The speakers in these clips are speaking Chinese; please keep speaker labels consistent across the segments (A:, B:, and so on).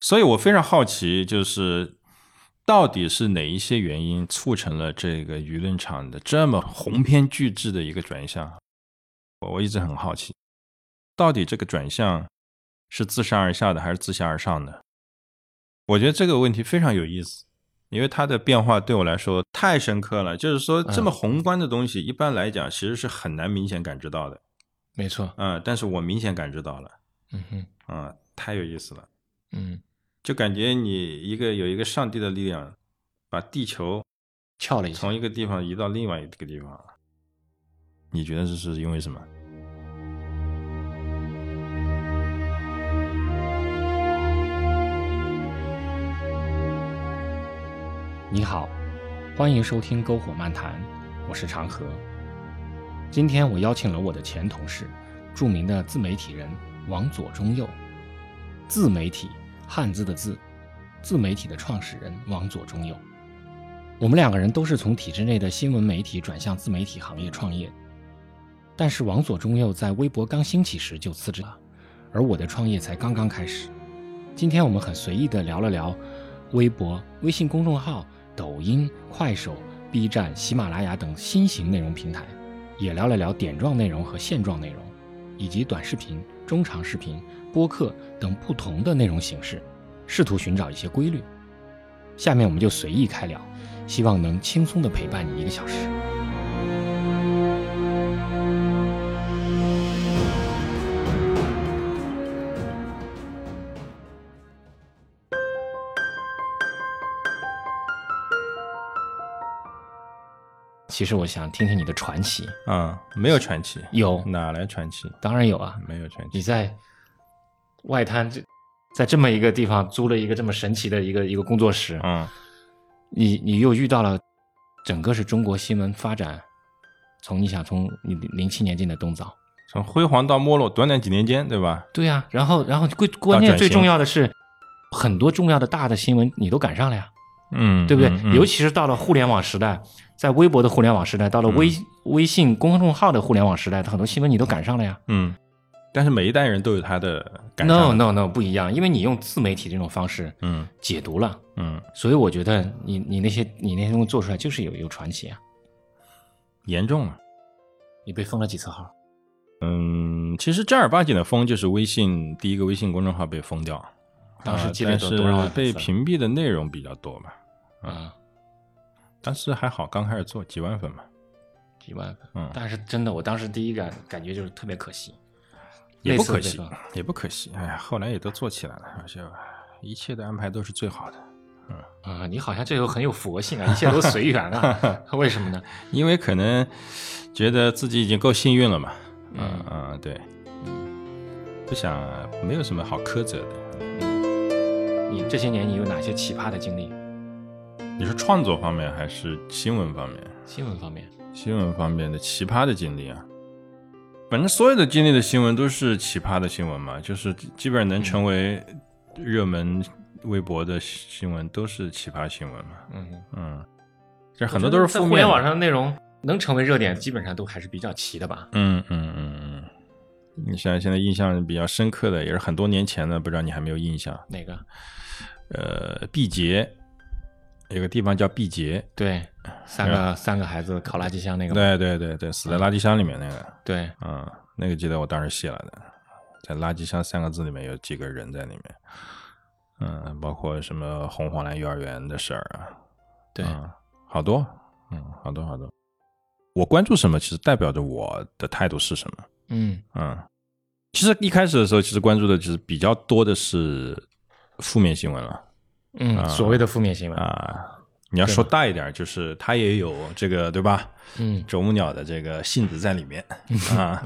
A: 所以我非常好奇，就是到底是哪一些原因促成了这个舆论场的这么鸿篇巨制的一个转向？我我一直很好奇，到底这个转向是自上而下的，还是自下而上的？我觉得这个问题非常有意思，因为它的变化对我来说太深刻了。就是说，这么宏观的东西，一般来讲其实是很难明显感知到的。
B: 没错，
A: 嗯，但是我明显感知到了，
B: 嗯哼，
A: 嗯，太有意思了。
B: 嗯，
A: 就感觉你一个有一个上帝的力量，把地球
B: 翘了一下
A: 从，一个地方移到另外一个地方了。你觉得这是因为什么？
B: 你好，欢迎收听《篝火漫谈》，我是长河。今天我邀请了我的前同事，著名的自媒体人王左中右。自媒体，汉字的自，自媒体的创始人王左中右。我们两个人都是从体制内的新闻媒体转向自媒体行业创业，但是王左中右在微博刚兴起时就辞职了，而我的创业才刚刚开始。今天我们很随意的聊了聊微博、微信公众号、抖音、快手、B 站、喜马拉雅等新型内容平台，也聊了聊点状内容和线状内容，以及短视频、中长视频、播客等不同的内容形式，试图寻找一些规律。下面我们就随意开聊，希望能轻松的陪伴你一个小时。其实我想听听你的传奇，
A: 啊、没有传奇，
B: 有
A: 哪来传奇？
B: 当然有啊，
A: 没有传
B: 你
A: 奇。
B: 在外滩这，在这么一个地方租了一个这么神奇的一个一个工作室，
A: 嗯，
B: 你你又遇到了整个是中国新闻发展，从你想从你零七年进的东早，
A: 从辉煌到没落，短短几年间，对吧？
B: 对呀、然后然后关关键最重要的是，很多重要的大的新闻你都赶上了呀，
A: 嗯，
B: 对不对？
A: 嗯嗯
B: 尤其是到了互联网时代，在微博的互联网时代，到了
A: 嗯
B: 微、微信公众号的互联网时代，很多新闻你都赶上了呀。
A: 嗯，但是每一代人都有他的感
B: No
A: 受。
B: no no，不一样，因为你用自媒体这种方式
A: 嗯
B: 解读了。
A: 嗯，
B: 所以我觉得你你那些你那些东西做出来就是有有传奇啊！
A: 严重了。
B: 你被封了几次号？
A: 嗯，其实正儿八经的封就是微信第一个微信公众号被封掉，
B: 当时
A: 啊
B: 积累
A: 但
B: 多多少万
A: 是被
B: 粉丝
A: 屏蔽的内容比较多嘛。
B: 啊、
A: 但是还好，刚开始做几万粉嘛。
B: 几万粉。
A: 嗯
B: 但是真的，我当时第一感感觉就是特别可惜，
A: 也不可
B: 类似
A: 惜
B: 的这种，
A: 也不可惜。哎呀，后来也都做起来了，而且哎一切的安排都是最好的，
B: 啊、你好像这个很有佛性啊，一切都随缘 啊，为什么呢？
A: 因为可能觉得自己已经够幸运了嘛。嗯嗯，对，不想没有什么好苛责的。
B: 你这些年你有哪些奇葩的经历？
A: 你是创作方面还是新闻方面？
B: 新闻方面，
A: 新闻方面的奇葩的经历啊。反正所有的经历的新闻都是奇葩的新闻嘛，就是基本上能成为热门微博的新闻都是奇葩新闻嘛。
B: 嗯，
A: 嗯，这很多都是
B: 在
A: 负面的。
B: 互联网上的内容能成为热点，基本上都还是比较齐的吧？
A: 嗯嗯嗯嗯，你像现在印象比较深刻的，也是很多年前的，不知道你还没有印象？
B: 哪个？
A: 呃，毕节有个地方叫毕节，
B: 对，三个、三个孩子烤垃圾箱那个吗？
A: 对对对对，死在垃圾箱里面那个，
B: 对，
A: 嗯，那个记得我当时写了的，在“垃圾箱”三个字里面有几个人在里面，嗯，包括什么红黄蓝幼儿园的事儿啊，
B: 对，
A: 嗯，好多，嗯，好多好多。我关注什么，其实代表着我的态度是什么。
B: 嗯
A: 嗯，其实一开始的时候，其实关注的就是比较多的是负面新闻了
B: 嗯，所谓的负面新闻，
A: 啊。你要说大一点，就是它也有这个对吧？
B: 嗯，
A: 啄木鸟的这个性质在里面啊。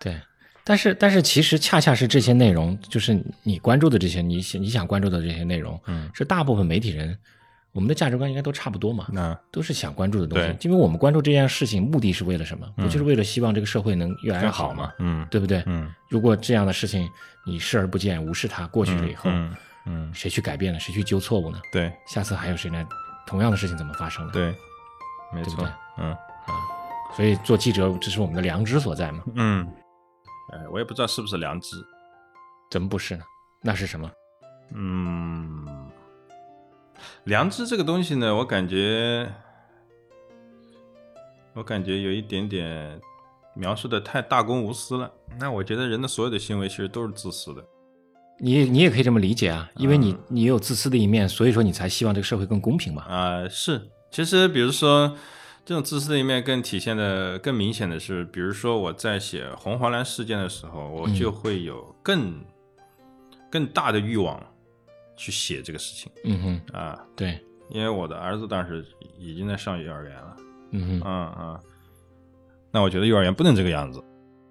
B: 对，但是但是其实恰恰是这些内容，就是你关注的这些，你想你想关注的这些内容，
A: 嗯，
B: 是大部分媒体人我们的价值观应该都差不多嘛，
A: 那
B: 都是想关注的东西
A: 对。
B: 因为我们关注这件事情目的是为了什么？不就是为了希望这个社会能越来越好嘛，
A: 嗯
B: 对不对？
A: 嗯
B: 如果这样的事情你视而不见、无视它，过去了以后，
A: 嗯嗯，
B: 谁去改变呢？谁去纠错误呢？
A: 对
B: 下次还有谁来？同样的事情怎么发生呢？
A: 对，没
B: 对不
A: 错
B: 对，
A: 嗯
B: 所以做记者，这是我们的良知所在嘛？
A: 嗯。哎，我也不知道是不是良知，
B: 怎么不是呢？那是什么？
A: 嗯，良知这个东西呢，我感觉，我感觉有一点点描述的太大公无私了。那我觉得人的所有的行为其实都是自私的。
C: 你你也可以这么理解啊，因为你
A: 嗯
C: 你也有自私的一面，所以说你才希望这个社会更公平嘛。
A: 啊、是，其实比如说这种自私的一面更体现的更明显的是，比如说我在写红黄蓝事件的时候，我就会有更、更大的欲望去写这个事情
C: 嗯哼，
A: 啊、
C: 对，
A: 因为我的儿子当时已经在上幼儿园了，
C: 嗯哼，
A: 嗯嗯，那我觉得幼儿园不能这个样子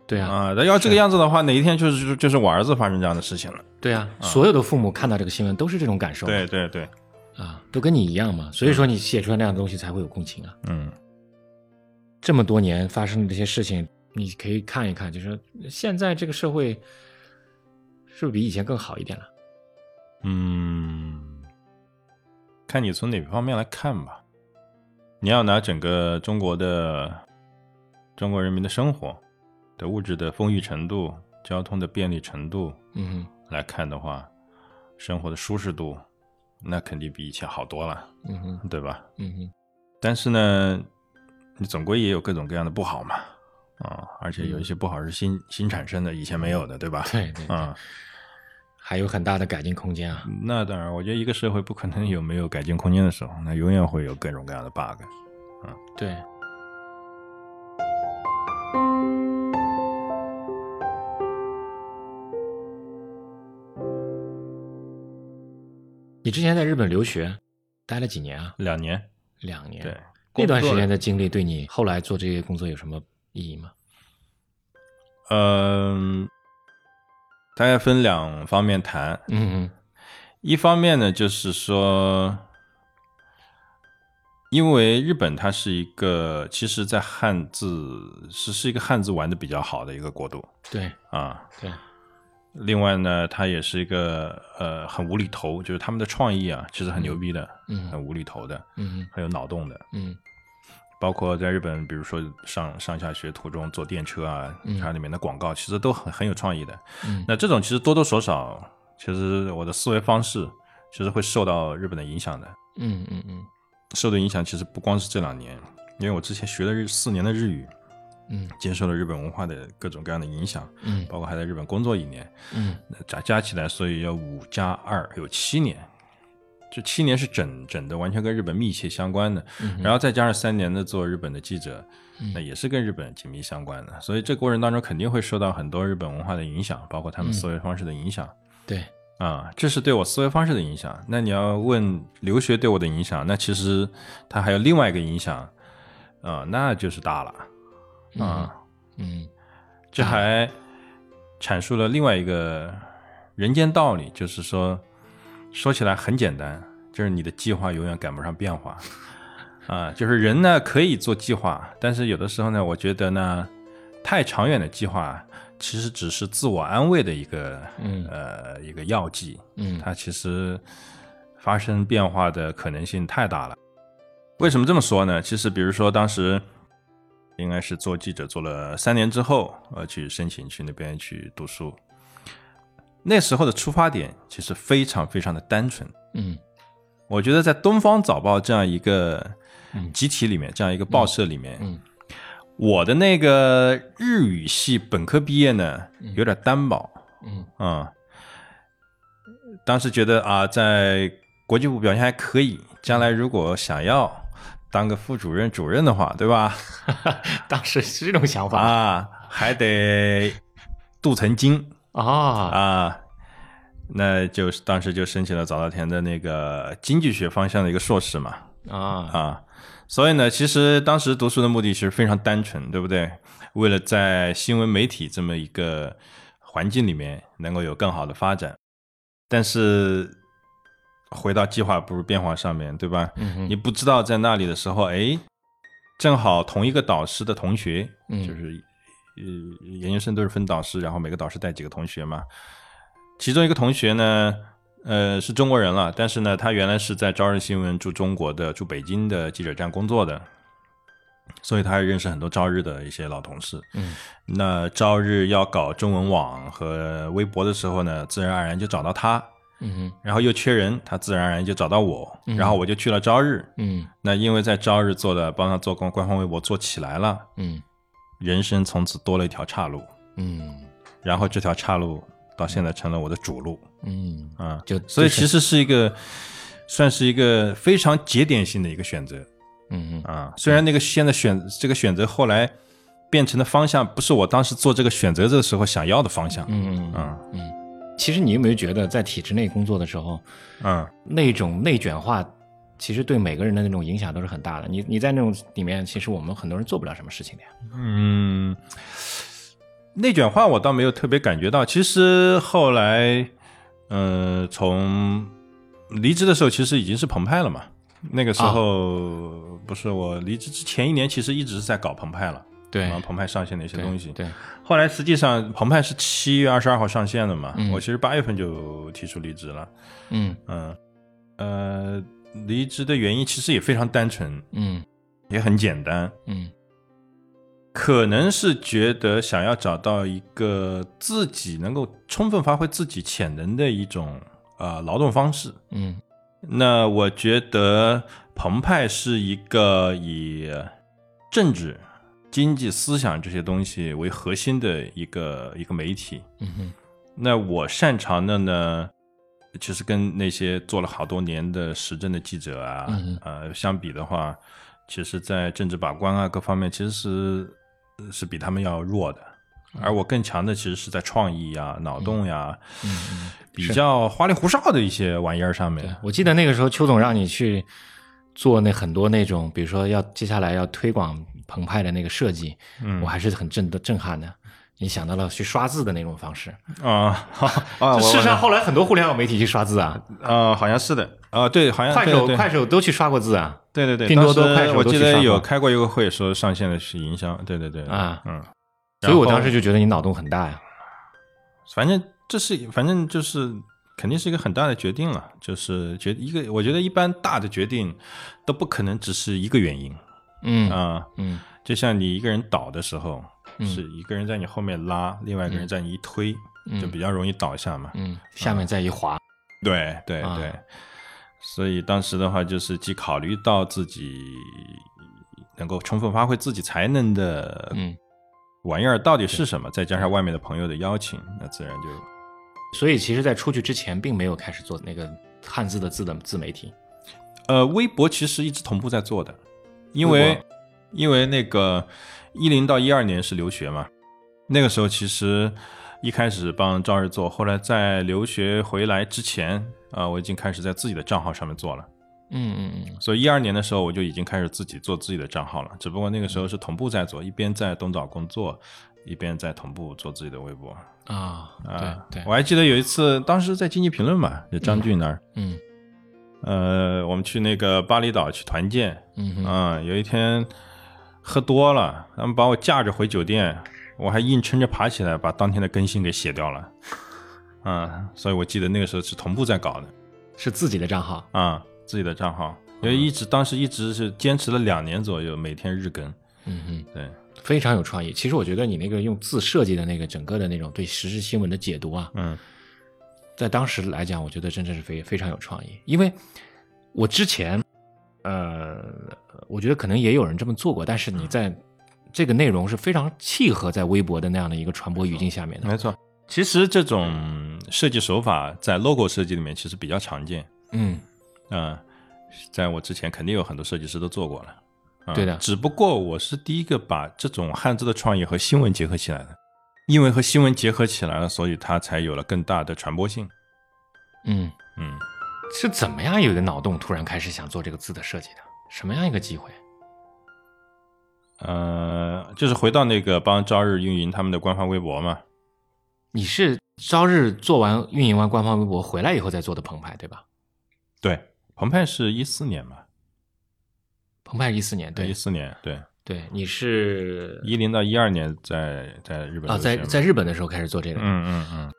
C: 对啊，
A: 啊，那、要这个样子的话，哪一天就是就是就是我儿子发生这样的事情了，
C: 对啊，所有的父母看到这个新闻都是这种感受，
A: 嗯对对对，
C: 啊，都跟你一样嘛，所以说你写出来那样的东西才会有共情啊。
A: 嗯
C: 这么多年发生的这些事情，你可以看一看，就是说现在这个社会是不是比以前更好一点了？
A: 嗯，看你从哪方面来看吧。你要拿整个中国的中国人民的生活的物质的丰裕程度、交通的便利程度
C: 嗯
A: 来看的话，生活的舒适度，那肯定比以前好多了，
C: 哼，嗯哼，
A: 对吧？
C: 嗯哼，
A: 但是呢，你总归也有各种各样的不好嘛，啊、而且有一些不好是新新产生的，以前没有的，对吧？
C: 对对对，
A: 啊、
C: 还有很大的改进空间啊。
A: 那当然，我觉得一个社会不可能有没有改进空间的时候，那永远会有各种各样的 bug。
C: 对，你之前在日本留学待了几年啊？
A: 两年，
C: 两年。
A: 对，
C: 那段时间的经历对你后来做这些工作有什么意义吗？
A: 嗯、大概分两方面谈。
C: 嗯
A: 一方面呢，就是说，因为日本它是一个，其实在汉字是是一个汉字玩的比较好的一个国度
C: 哼，对
A: 啊，
C: 对，
A: 另外呢，它也是一个呃很无厘头，就是他们的创意啊，其实很牛逼的，
C: 嗯
A: 很无厘头的，
C: 嗯
A: 很有脑洞的。
C: 嗯
A: 包括在日本，比如说上上下学途中坐电车啊，
C: 嗯
A: 它里面的广告其实都很很有创意的。
C: 嗯，
A: 那这种其实多多少少，其实我的思维方式其实会受到日本的影响的。
C: 嗯嗯嗯
A: 受的影响其实不光是这两年，因为我之前学了日四年的日语，
C: 嗯
A: 接受了日本文化的各种各样的影响，
C: 嗯
A: 包括还在日本工作一年，
C: 嗯
A: 那加加起来，所以要五加二有七年，这七年是整整的，完全跟日本密切相关的。
C: 嗯
A: 然后再加上三年的做日本的记者，
C: 嗯
A: 那也是跟日本紧密相关的。所以这个过程当中肯定会受到很多日本文化的影响，包括他们
C: 嗯
A: 思维方式的影响。
C: 对，
A: 啊，这是对我思维方式的影响。那你要问留学对我的影响，那其实它还有另外一个影响，啊、那就是大了啊。
C: 嗯
A: 这还阐述了另外一个人间道理，就是说，说起来很简单，就是你的计划永远赶不上变化啊。就是人呢可以做计划，但是有的时候呢，我觉得呢，太长远的计划其实只是自我安慰的一个、
C: 嗯
A: 呃一个药剂，
C: 嗯
A: 它其实发生变化的可能性太大了。为什么这么说呢？其实，比如说当时应该是做记者做了三年之后，呃，去申请去那边去读书。那时候的出发点其实非常非常的单纯。
C: 嗯
A: 我觉得在《东方早报》这样一个
C: 嗯
A: 集体里面，这样一个报社里面，
C: 嗯
A: 我的那个日语系本科毕业呢，有点单薄。
C: 嗯
A: 啊、当时觉得啊，在国际部表现还可以，将来如果想要当个副主任、主任的话，对吧？
C: 当时是这种想法
A: 啊，还得镀层金
C: 啊，
A: 啊。那就是当时就申请了早稻田的那个经济学方向的一个硕士嘛，
C: 啊，
A: 啊，所以呢，其实当时读书的目的其实非常单纯，对不对？为了在新闻媒体这么一个环境里面能够有更好的发展，但是回到计划不如变化上面对吧？
C: 嗯
A: 你
C: 嗯
A: 不知道在那里的时候，哎，正好同一个导师的同学，
C: 嗯
A: 就是呃研究生都是分导师，然后每个导师带几个同学嘛。其中一个同学呢，呃，是中国人了，但是呢，他原来是在朝日新闻驻中国的驻北京的记者站工作的，所以他也认识很多朝日的一些老同事。
C: 嗯，
A: 那朝日要搞中文网和微博的时候呢，自然而然就找到他。
B: 嗯哼，
A: 然后又缺人，他自然而然就找到我，
B: 嗯
A: 然后我就去了朝日。
B: 嗯
A: 那因为在朝日做的帮他做工，官方微博做起来了，
B: 嗯
A: 人生从此多了一条岔路，
B: 嗯
A: 然后这条岔路到现在成了我的主路
B: 嗯，
A: 啊、
B: 就
A: 所以
B: 就是
A: 其实是一个算是一个非常节点性的一个选择
B: 嗯嗯
A: 啊、虽然那个现在选这个选择后来变成的方向不是我当时做这个选择的时候想要的方向，
B: 嗯嗯
A: 嗯
B: 嗯。其实你有没有觉得，在体制内工作的时候，
A: 嗯
B: 那种内卷化，其实对每个人的那种影响都是很大的。你你在那种里面，其实我们很多人做不了什么事情的呀。
A: 嗯，内卷化我倒没有特别感觉到。其实后来，嗯、从离职的时候，其实已经是澎湃了嘛。那个时
B: 啊
A: 候、不是我离职之前一年，其实一直是在搞澎湃了，
B: 对
A: 然后澎湃上线的一些东西。
B: 哎对，
A: 后来实际上澎湃是七月二十二号上线的嘛，
B: 嗯
A: 我其实八月份就提出离职了。
B: 嗯
A: 嗯，呃，离职的原因其实也非常单纯，
B: 嗯
A: 也很简单。
B: 嗯
A: 可能是觉得想要找到一个自己能够充分发挥自己潜能的一种呃劳动方式。
B: 嗯
A: 那我觉得澎湃是一个以政治、经济、思想这些东西为核心的一个一个媒体。
B: 嗯哼
A: 那我擅长的呢，其实跟那些做了好多年的时政的记者啊，
B: 嗯
A: 呃，相比的话，其实，在政治把关啊各方面，其实是呃是比他们要弱的。而我更强的其实是在创意啊、脑洞呀、
B: 嗯嗯。
A: 比较花里胡哨的一些玩意儿上面
B: 对。，我记得那个时候邱总让你去做那很多那种，比如说要接下来要推广澎湃的那个设计，
A: 嗯
B: 我还是很震震撼的。你想到了去刷字的那种方式，
A: 啊 啊，
B: 这事实上
A: 上
B: 后来很多互联网媒体去刷字啊，
A: 啊，好像是的啊，对，好像
B: 快
A: 对
B: 手、
A: 对
B: 快手都去刷过字啊，
A: 对对对，
B: 拼多多
A: 当时
B: 快手都
A: 我记
B: 去刷
A: 得有
B: 过
A: 开过一个会，说上线的是营销，对对对
B: 啊
A: 嗯，
B: 所以我
A: 然后
B: 当时就觉得你脑洞很大呀。
A: 反正这是，反正就是肯定是一个很大的决定了，就是决一个，我觉得一般大的决定都不可能只是一个原因啊、
B: 嗯嗯
A: 就像你一个人倒的时候，
B: 嗯
A: 是一个人在你后面拉，另外一个人在你一推，
B: 嗯
A: 就比较容易倒下嘛。
B: 嗯，下面再一滑，
A: 对对
B: 啊
A: 对，所以当时的话就是既考虑到自己能够充分发挥自己才能的
B: 嗯，
A: 玩意儿到底是什么，再加上外面的朋友的邀请，那自然就
B: 所以其实，在出去之前，并没有开始做那个汉字的字的自媒体。
A: 呃，微博其实一直同步在做的，因
B: 微
A: 为
B: 博
A: 因为那个一零到一二年是留学嘛，那个时候其实一开始帮朝日做，后来在留学回来之前啊、我已经开始在自己的账号上面做了，
B: 嗯嗯嗯
A: 所以一二年的时候我就已经开始自己做自己的账号了，只不过那个时候是同步在做，一边在东岛工作，一边在同步做自己的微博
B: 啊，
A: 啊。
B: 对
A: 我
B: 对，
A: 还记得有一次，当时在经济评论嘛，就张俊那儿，
B: 嗯
A: 呃，我们去那个巴厘岛去团建。
B: 嗯哼
A: 啊、有一天喝多了，他们把我架着回酒店，我还硬撑着爬起来把当天的更新给写掉了。啊、所以我记得那个时候是同步在搞的
B: 是自己的账号。
A: 啊、自己的账号，因为一直当时一直是坚持了两年左右，每天日更。
B: 嗯哼。
A: 对，
B: 非常有创意。其实我觉得你那个用字设计的那个整个的那种对时事新闻的解读啊，
A: 嗯
B: 在当时来讲，我觉得真的是非非常有创意。因为我之前，呃，我觉得可能也有人这么做过，但是
A: 嗯
B: 你在这个内容是非常契合在微博的那样的一个传播语境下面的。
A: 没错。其实这种设计手法在 logo 设计里面其实比较常见。
B: 嗯
A: 嗯、在我之前肯定有很多设计师都做过了。啊
B: 对的
A: 只不过我是第一个把这种汉字的创意和新闻结合起来的，因为和新闻结合起来了，所以它才有了更大的传播性。
B: 嗯，
A: 嗯，
B: 是怎么样有一个脑洞突然开始想做这个字的设计的？什么样一个机会？
A: 呃，就是回到那个帮朝日运营他们的官方微博嘛。
B: 你是朝日做完运营完官方微博回来以后再做的澎湃对吧？
A: 对，澎湃是一四年嘛，
B: 澎湃一四年对
A: 一四年，对，
B: 对，你是
A: 一零到一二年在在日本
B: 啊，在
A: 留学嘛
B: 在，日本的时候开始做这个。
A: 嗯嗯嗯，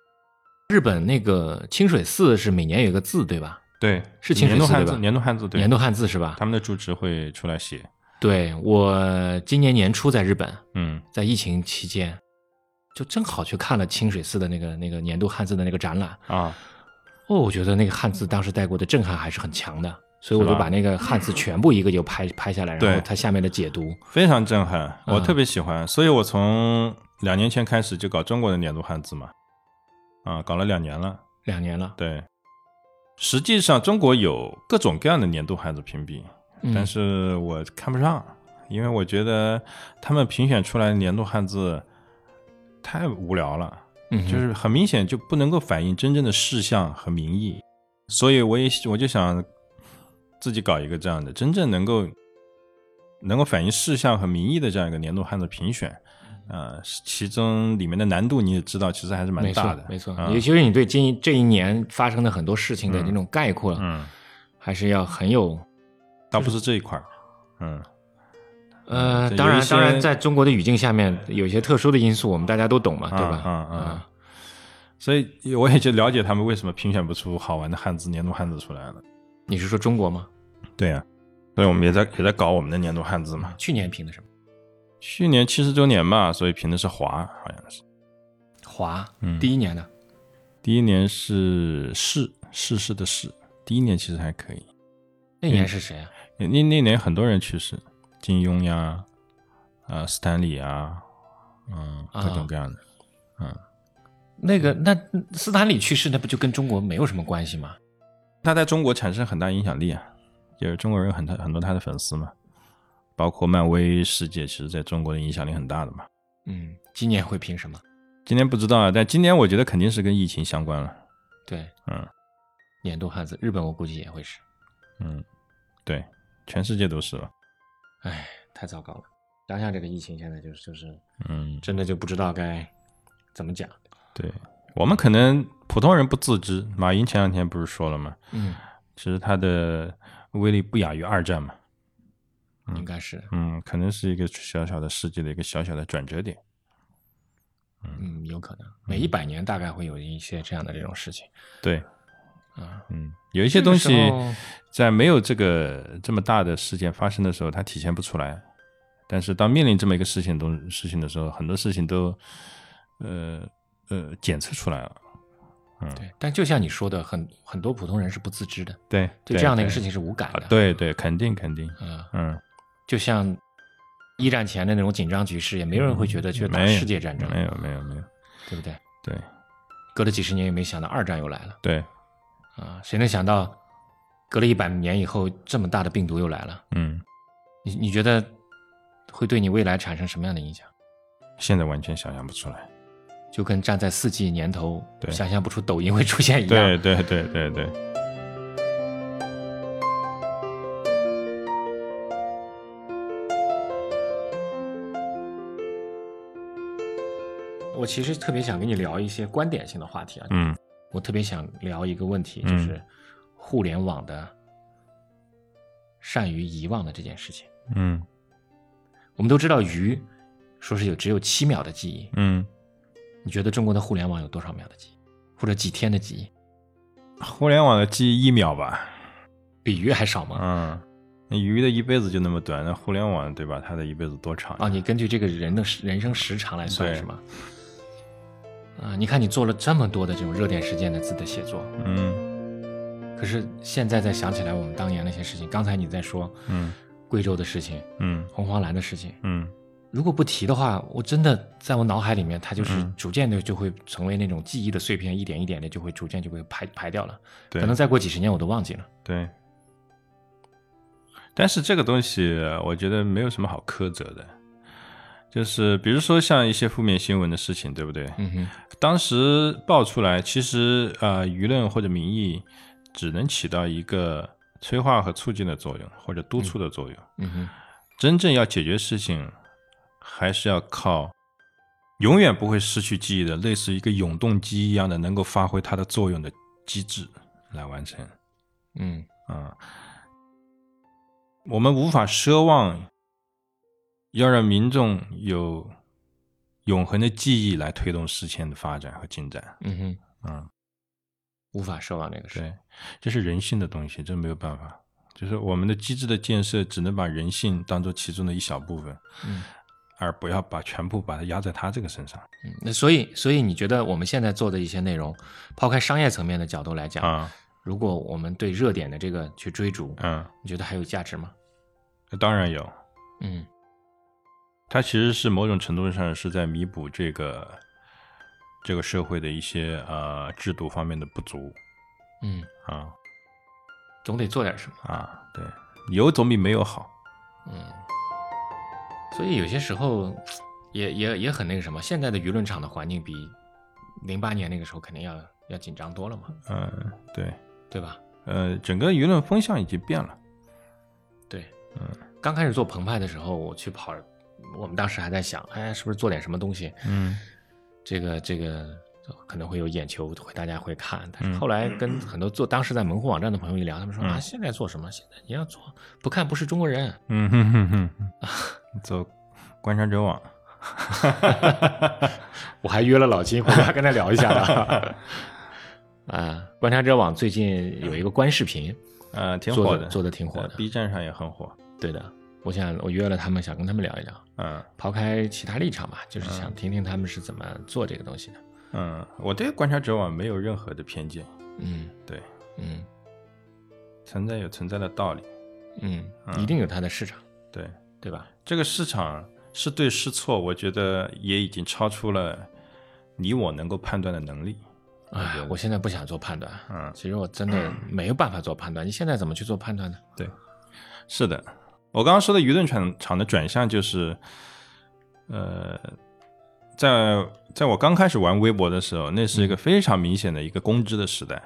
B: 日本那个清水寺是每年有一个字，对吧？
A: 对，
B: 是清水
A: 年度
B: 寺
A: 汉
B: 对
A: 字，
B: 吧
A: 年度汉字，对，
B: 年度汉字是吧
A: 他？们的主旨会出来写，
B: 对我今年年初在日本，
A: 嗯
B: 在疫情期间，就正好去看了清水寺的那个那个年度汉字的那个展览。
A: 啊，
B: 哦，我觉得那个汉字当时带过的震撼还是很强的，所以我
A: 是吧
B: 就把那个汉字全部一个就拍拍下来，然后
A: 对
B: 它下面的解读，
A: 非常震撼，我
B: 嗯
A: 特别喜欢，所以我从两年前开始就搞中国的年度汉字嘛，啊，搞了两年了。
B: 两年了，
A: 对，实际上中国有各种各样的年度汉字评比，
B: 嗯
A: 但是我看不上，因为我觉得他们评选出来的年度汉字太无聊了，
B: 嗯哼，
A: 就是很明显就不能够反映真正的事项和民意，所以我也我就想自己搞一个这样的真正能够能够反映事项和民意的这样一个年度汉字评选。
B: 嗯
A: 呃，其中里面的难度你也知道，其实还是蛮
B: 没
A: 大
B: 错
A: 的，，
B: 没错，
A: 嗯
B: 尤其是你对今这一年发生的很多事情的那种概括，
A: 嗯，
B: 还是要很有。
A: 倒不是这一块儿，嗯，
B: 呃，
A: 对嗯
B: 当
A: 有一
B: 然，当然，
A: 些
B: 在中国的语境下面，有一些特殊的因素，我们大家都懂嘛，对吧？
A: 嗯嗯
B: 啊，
A: 所以我也就了解他们为什么评选不出好玩的汉字年度汉字出来了。
B: 你是说中国吗？
A: 对呀、所以我们也在也在搞我们的年度汉字嘛。
B: 去年评的什么？
A: 去年七十周年嘛，所以评的是华，好像是。
B: 华，
A: 嗯
B: 第一年的，
A: 第一年是逝逝世的逝，第一年其实还可以。
B: 那年是谁啊？
A: 那那年很多人去世，金庸呀，呃，斯坦李啊，嗯，
B: 啊
A: 各种各样的。
B: 那个，那斯坦李去世，那不就跟中国没有什么关系吗？
A: 他在中国产生很大影响力啊，就是中国人有很多很多他的粉丝嘛，包括漫威世界，其实在中国的影响力很大的嘛。
B: 嗯，今年会评什么？
A: 今年不知道啊，但今年我觉得肯定是跟疫情相关了。
B: 对，
A: 嗯
B: 年度汉字，日本我估计也会是。
A: 嗯，对，全世界都是了。
B: 哎，太糟糕了！想想这个疫情，现在就是就是
A: 嗯，
B: 真的就不知道该怎么讲。
A: 对，我们可能普通人不自知。马云前两天不是说了吗？
B: 嗯，
A: 其实他的威力不亚于二战嘛。
B: 应该是，
A: 嗯，可能是一个小小的世界的一个小小的转折点。
B: 嗯，有可能每一百年大概会有一些这样的这种事情
A: 对，
B: 啊。
A: 嗯，有一些东西
B: 这个时候
A: 在没有这个这么大的事件发生的时候，它体现不出来。但是当面临这么一个事情东事情的时候，很多事情都，呃呃，检测出来了。
B: 对，但就像你说的，很很多普通人是不自知的，
A: 对，
B: 对这样的一个事情是无感
A: 啊
B: 的。，
A: 对对，肯定肯定，
B: 嗯，
A: 嗯，
B: 就像一战前的那种紧张局势，也没有人会觉得去打
A: 嗯没有
B: 世界战争，
A: 没有没有没有，
B: 对不对？
A: 对
B: 隔了几十年也没想到二战又来了
A: 对，
B: 啊！谁能想到，隔了一百年以后这么大的病毒又来了？
A: 嗯，
B: 你你觉得会对你未来产生什么样的影响？
A: 现在完全想象不出来。
B: 就跟站在四季年头，
A: 对
B: 想象不出抖音会出现一
A: 对
B: 样。
A: 对对对对，
B: 我其实特别想跟你聊一些观点性的话题啊，
A: 嗯
B: 我特别想聊一个问题，
A: 嗯
B: 就是互联网的善于遗忘的这件事情。
A: 嗯
B: 我们都知道鱼说是有只有七秒的记忆，
A: 嗯，
B: 你觉得中国的互联网有多少秒的记忆，或者几天的记忆？
A: 互联网的记忆一秒吧，
B: 比鱼还少吗？
A: 嗯，那鱼的一辈子就那么短，那互联网对吧？它的一辈子多长呀？
B: 啊，你根据这个人的时人生时长来算
A: 对
B: 是吗？啊，你看你做了这么多的这种热点事件的字的写作，
A: 嗯
B: 可是现在再想起来我们当年那些事情，刚才你在说
A: 嗯
B: 贵州的事情、
A: 嗯
B: 红黄蓝的事情，
A: 嗯，
B: 如果不提的话，我真的在我脑海里面，它就是
A: 嗯
B: 逐渐的就会成为那种记忆的碎片，一点一点的就会逐渐就会排排掉了。
A: 对，
B: 可能再过几十年我都忘记了。
A: 对。但是这个东西，我觉得没有什么好苛责的，就是比如说像一些负面新闻的事情，对不对？
B: 嗯哼，
A: 当时爆出来，其实呃，舆论或者民意只能起到一个催化和促进的作用，或者督促的作用。
B: 嗯哼，
A: 真正要解决事情，还是要靠永远不会失去记忆的，类似一个永动机一样的，能够发挥它的作用的机制来完成。
B: 嗯
A: 啊，我们无法奢望要让民众有永恒的记忆来推动事件的发展和进展。
B: 嗯哼，
A: 嗯，
B: 无法奢望这个事。
A: 对，这是人性的东西，这没有办法。就是我们的机制的建设，只能把人性当做其中的一小部分，
B: 嗯
A: 而不要把全部把它压在他这个身上
B: 嗯那所以，所以你觉得我们现在做的一些内容，抛开商业层面的角度来讲，
A: 啊。
B: 如果我们对热点的这个去追逐，
A: 嗯，
B: 你觉得还有价值吗？
A: 当然有，
B: 嗯
A: 它其实是某种程度上是在弥补这个这个社会的一些呃制度方面的不足
B: 嗯，
A: 啊
B: 总得做点什么。
A: 啊，对，有总比没有好。
B: 嗯，所以有些时候也也也很那个什么，现在的舆论场的环境比零八年那个时候肯定要要紧张多了嘛，
A: 嗯、对，
B: 对吧？
A: 呃，整个舆论风向已经变了。
B: 对，
A: 嗯，
B: 刚开始做澎湃的时候，我去跑，我们当时还在想，哎，是不是做点什么东西？
A: 嗯
B: 这个这个可能会有眼球，会大家会看。但
A: 嗯
B: 是后来跟很多做当时在门户网站的朋友一聊，他们说、
A: 嗯
B: 啊，现在做什么？现在你要做，不看不是中国人。
A: 嗯哼哼哼， 走观察者网。
B: 我还约了老金回 家跟他聊一下了。 啊，观察者网最近有一个观视频，
A: 呃，挺
B: 做
A: 火
B: 得
A: 的，
B: 做的挺火
A: 呃
B: 的。
A: b 站上也很火。
B: 对的，我想我约了他们，想跟他们聊一聊，
A: 嗯
B: 抛开其他立场吧，就是想听听他们是怎么做这个东西的。
A: 嗯，我对观察者网没有任何的偏见，
B: 嗯
A: 对，
B: 嗯
A: 存在有存在的道理。
B: 嗯，
A: 嗯
B: 一定有它的市场，
A: 对，
B: 对吧？
A: 这个市场是对是错，我觉得也已经超出了你我能够判断的能力。
B: 哎，我现在不想做判断。啊
A: 嗯，
B: 其实我真 的没有办法做判断，你现在怎么去做判断呢？
A: 对，是的。我刚刚说的舆论场场的转向就是，呃，在在我刚开始玩微博的时候，那是一个非常明显的一个公知的时代，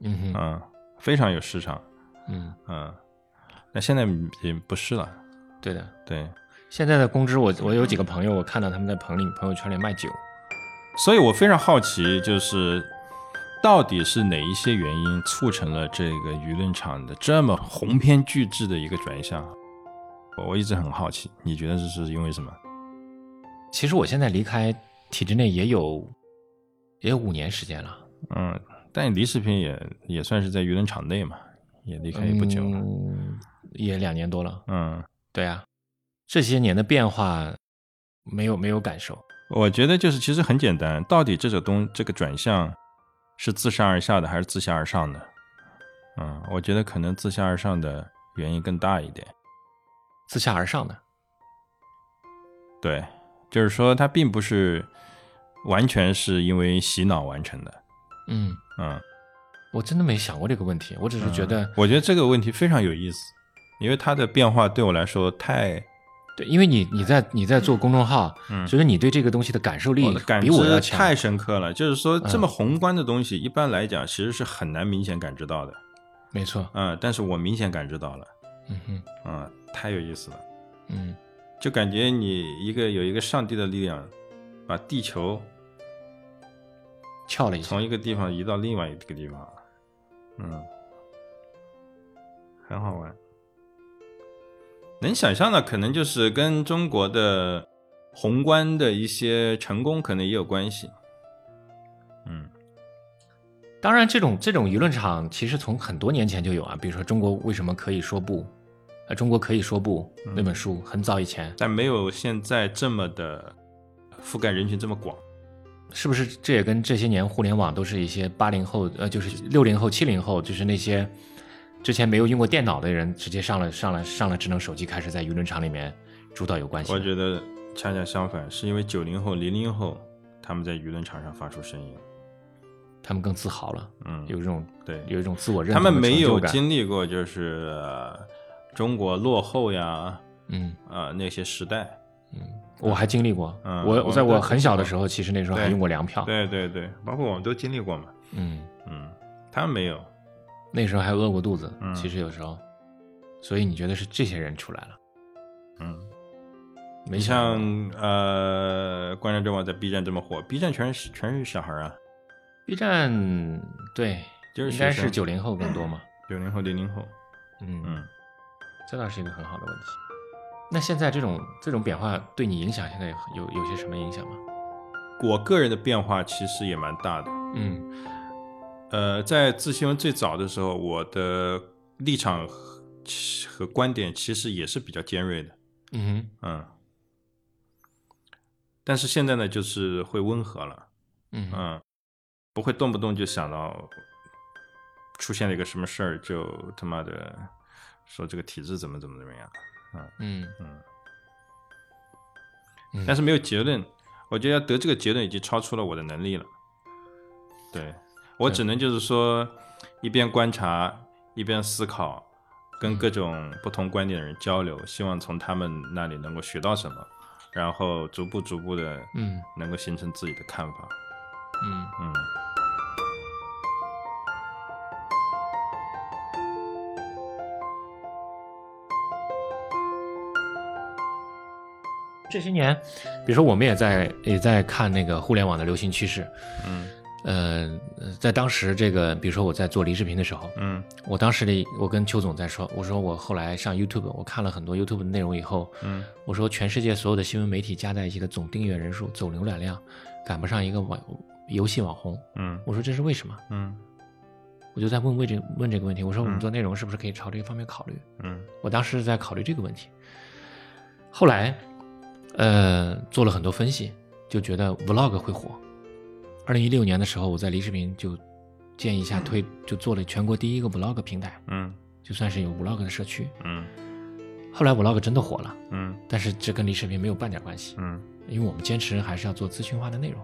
B: 嗯哼，
A: 嗯，非常有市场，
B: 嗯，
A: 嗯。那现在也不是了，
B: 对的。
A: 对，
B: 现在的公知，我我有几个朋友，我看到他们在朋里朋友圈里卖酒，
A: 所以我非常好奇，就是到底是哪一些原因促成了这个舆论场的这么鸿篇巨制的一个转向？我我一直很好奇，你觉得这是因为什么？
B: 其实我现在离开体制内也有也有五年时间了，
A: 嗯，但离视频也也算是在舆论场内嘛，也离开也不久了。
B: 嗯也两年多了。
A: 嗯
B: 对啊，这些年的变化没有没有感受。
A: 我觉得就是其实很简单，到底这种东这个转向是自上而下的还是自下而上的？嗯，我觉得可能自下而上的原因更大一点。
B: 自下而上的，
A: 对，就是说它并不是完全是因为洗脑完成的。
B: 嗯，
A: 嗯，
B: 我真的没想过这个问题，我只是觉得，
A: 我觉得这个问题非常有意思，因为它的变化对我来说太
B: 对，因为你你在你在做公众号，
A: 嗯
B: 所以说你对这个东西的感受力
A: 我的感
B: 比我要
A: 知
B: 强，嗯
A: 太深刻了。就是说，这么宏观的东西，一般来讲其实是很难明显感知到的。
B: 没错，
A: 嗯，但是我明显感知到了。
B: 嗯哼，
A: 嗯，太有意思了，
B: 嗯
A: 就感觉你一个有一个上帝的力量，把地球，
B: 翘了一下
A: 从，一个地方移到另外一个地方。嗯，很好玩。能想象的可能就是跟中国的宏观的一些成功可能也有关系。嗯
B: 当然，这种这种舆论场其实从很多年前就有啊，比如说《中国为什么可以说不》，呃，《中国可以说不》
A: 嗯
B: 那本书很早以前，
A: 但没有现在这么的覆盖人群这么广。
B: 是不是这也跟这些年互联网都是一些八零后，呃，就是六零后、七零后，就是那些之前没有用过电脑的人，直接上了上了上了智能手机，开始在舆论场里面主导有关系
A: 我
B: 的？
A: 觉得恰恰相反，是因为九零后、零零后他们在舆论场上发出声音，
B: 他们更自豪了，
A: 嗯，
B: 有一种
A: 对，
B: 有一种自我认
A: 他
B: 同的
A: 们没有
B: 成就感
A: 经历过就是、呃中国落后呀，
B: 嗯
A: 啊、那些时代。
B: 嗯，我还经历过，
A: 嗯
B: 我
A: 我
B: 我在我
A: 都
B: 很小的时候，其实那时候还
A: 对
B: 用过粮票，
A: 对对对，包括我们都经历过嘛，
B: 嗯。
A: 嗯，他们没有，
B: 那时候还饿过肚子，
A: 嗯
B: 其实有时候，所以你觉得是这些人出来了？
A: 嗯，
B: 没
A: 你
B: 想到
A: 像呃，观察者网在 B 站这么火，B 站全是全是小孩啊，
B: B 站，对，
A: 就是
B: 应该
A: 学
B: 是
A: 生
B: 九零后更 多嘛。
A: 九零后、零零后，
B: 嗯，
A: 嗯，
B: 这倒是一个很好的问题。那现在这种这种变化对你影响，现在有有有些什么影响吗？
A: 我个人的变化其实也蛮大的，
B: 嗯
A: 呃，在自新闻最早的时候，我的立场和和观点其实也是比较尖锐的，
B: 嗯
A: 嗯，但是现在呢，就是会温和了，
B: 嗯嗯
A: 嗯，不会动不动就想到出现了一个什么事儿就他妈的说这个体制怎么怎么怎么样，
B: 嗯嗯
A: 但是没有结论，我觉得要得这个结论已经超出了我的能力了。对我只能就是说，一边观察，一边思考，跟各种不同观点的人交流，希望从他们那里能够学到什么，然后逐步逐步的，
B: 嗯
A: 能够形成自己的看法。
B: 嗯
A: 嗯，
B: 这些年，比如说我们也在也在看那个互联网的流行趋势，
A: 嗯
B: 呃，呃在当时这个，比如说我在做离视频的时候，
A: 嗯
B: 我当时的我跟邱总在说，我说我后来上 YouTube，我看了很多 YouTube 的内容以后，
A: 嗯
B: 我说全世界所有的新闻媒体加在一起的总订阅人数、总浏览量，赶不上一个网游戏网红。
A: 嗯
B: 我说这是为什么？
A: 嗯
B: 我就在问问这问这个问题。我说我们
A: 嗯
B: 做内容是不是可以朝这个方面考虑？
A: 嗯
B: 我当时是在考虑这个问题。后来，呃，做了很多分析，就觉得 Vlog 会火。二零一六年的时候，我在离视频就建议下推，就做了全国第一个 Vlog 平台，
A: 嗯
B: 就算是有 Vlog 的社区。
A: 嗯
B: 后来 Vlog 真的火了，
A: 嗯
B: 但是这跟离视频没有半点关系，
A: 嗯
B: 因为我们坚持还是要做资讯化的内容。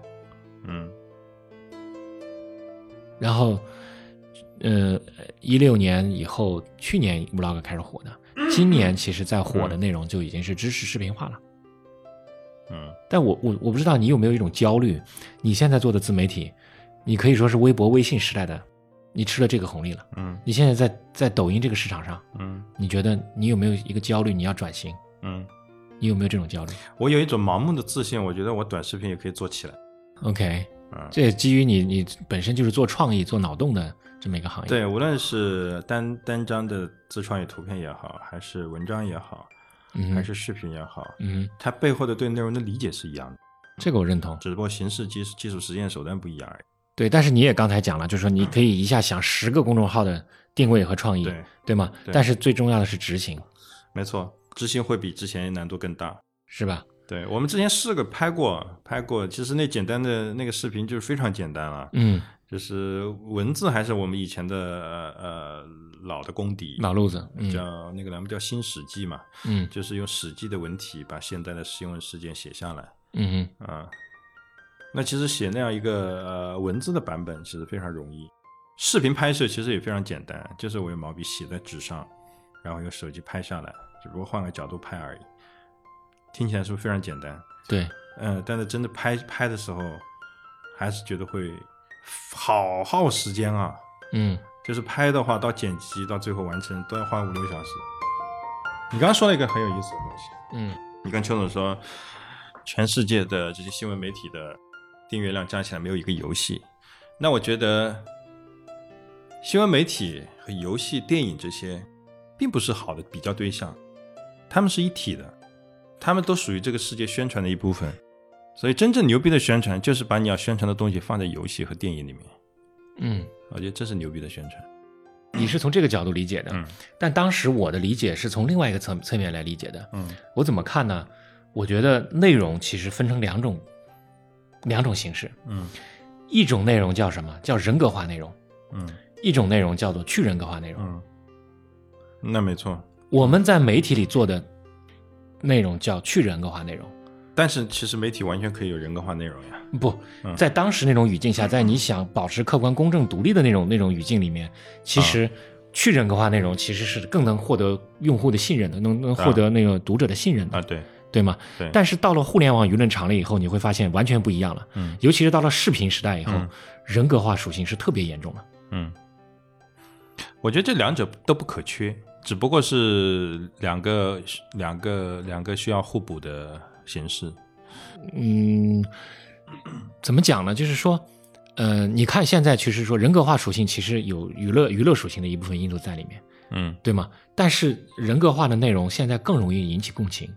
A: 嗯
B: 然后，呃，一六年以后，去年 Vlog 开始火的，今年其实在火的内容就已经是知识视频化了。
A: 嗯
B: 但我我我不知道你有没有一种焦虑，你现在做的自媒体，你可以说是微博、微信时代的，你吃了这个红利了。
A: 嗯
B: 你现在在在抖音这个市场上，
A: 嗯
B: 你觉得你有没有一个焦虑？你要转型，
A: 嗯，
B: 你有没有这种焦虑
A: 我有一种盲目的自信，我觉得我短视频也可以做起来。
B: ？OK，
A: 嗯，
B: 这也基于你你本身就是做创意、做脑洞的这么一个行业。，
A: 对，无论是单单张的自创意图片也好，还是文章也好，
B: 嗯
A: 还
B: 哼
A: 是视频也好，
B: 嗯哼，
A: 它背后的对内容的理解是一样的，
B: 这个我认同。
A: 只不过形式基基础实践手段不一样而已。
B: 对，但是你也刚才讲了，就是说你可以一下想十个公众号的定位和创意，
A: 对，
B: 吗
A: 对
B: 但是最重要的是执行，
A: 没错，执行会比之前难度更大。
B: 是吧？
A: 对我们之前试个拍过，拍过，其实那简单的那个视频就是非常简单了，
B: 嗯，
A: 就是文字还是我们以前的呃呃老的功底，
B: 老路子，嗯
A: 叫那个栏目叫《新史记》嘛，
B: 嗯
A: 就是用《史记》的文体把现代的新闻事件写下来。
B: 嗯哼
A: 啊、那其实写那样一个呃文字的版本其实非常容易，视频拍摄其实也非常简单，就是我用毛笔写在纸上，然后用手机拍下来，只不过换个角度拍而已。听起来是不是非常简单？
B: 对，
A: 嗯，但是真的拍拍的时候，还是觉得会好耗时间啊。
B: 嗯
A: 就是拍的话，到剪辑到最后完成都要花五六小时。你刚刚说了一个很有意思的东西，
B: 嗯
A: 你跟邱总说，全世界的这些新闻媒体的订阅量加起来没有一个游戏，那我觉得新闻媒体和游戏、电影这些并不是好的比较对象，他们是一体的，他们都属于这个世界宣传的一部分。所以，真正牛逼的宣传就是把你要宣传的东西放在游戏和电影里面，
B: 嗯，
A: 我觉得这是牛逼的宣传。
B: 你是从这个角度理解的，
A: 嗯
B: 但当时我的理解是从另外一个侧侧面来理解的。
A: 嗯
B: 我怎么看呢？我觉得内容其实分成两种两种形式，
A: 嗯
B: 一种内容叫什么？叫人格化内容，
A: 嗯
B: 一种内容叫做去人格化内容。
A: 嗯，那没错。
B: 我们在媒体里做的内容叫去人格化内容。
A: 但是其实媒体完全可以有人格化内容呀。
B: 不
A: 嗯
B: 在当时那种语境下，在你想保持客观、公正、独立的那种那种语境里面，其实
A: 嗯
B: 去人格化内容其实是更能获得用户的信任的，能
A: 嗯
B: 能获得那个读者的信任
A: 啊，
B: 的，
A: 对，
B: 对吗？
A: 对
B: 但是到了互联网舆论场了以后，你会发现完全不一样了。
A: 嗯
B: 尤其是到了视频时代以后
A: 嗯，
B: 人格化属性是特别严重的。
A: 嗯，我觉得这两者都不可缺，只不过是两个两个两个需要互补的形式。
B: 嗯，怎么讲呢？就是说，呃，你看现在其实说人格化属性其实有娱乐娱乐属性的一部分因素在里面。
A: 嗯
B: 对吗？但是人格化的内容现在更容易引起共情，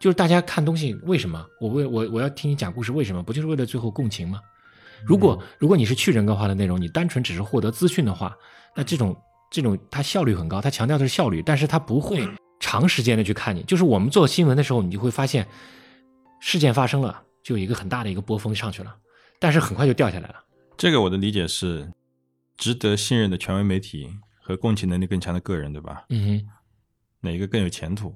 B: 就是大家看东西为什么我为我我要听你讲故事为什么？不就是为了最后共情吗？如果如果你是去人格化的内容，你单纯只是获得资讯的话，那这种这种它效率很高，它强调的是效率，但是它不会长时间的去看你。就是我们做新闻的时候，你就会发现事件发生了，就有一个很大的一个波峰上去了，但是很快就掉下来了。
A: 这个我的理解是，值得信任的权威媒体和共情能力更强的个人，对吧？
B: 嗯哼，
A: 哪个更有前途？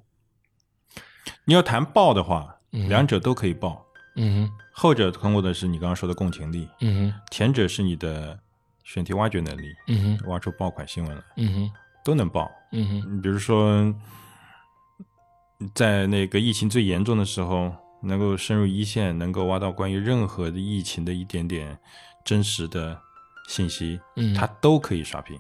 A: 你要谈报的话，
B: 嗯
A: 两者都可以报，
B: 嗯哼，
A: 后者通过的是你刚刚说的共情力，
B: 嗯哼，
A: 前者是你的选题挖掘能力，
B: 嗯哼，
A: 挖出爆款新闻来，
B: 嗯哼，
A: 都能报。
B: 嗯哼，
A: 你比如说，在那个疫情最严重的时候，能够深入一线，能够挖到关于任何的疫情的一点点真实的信息，
B: 嗯
A: 它都可以刷屏。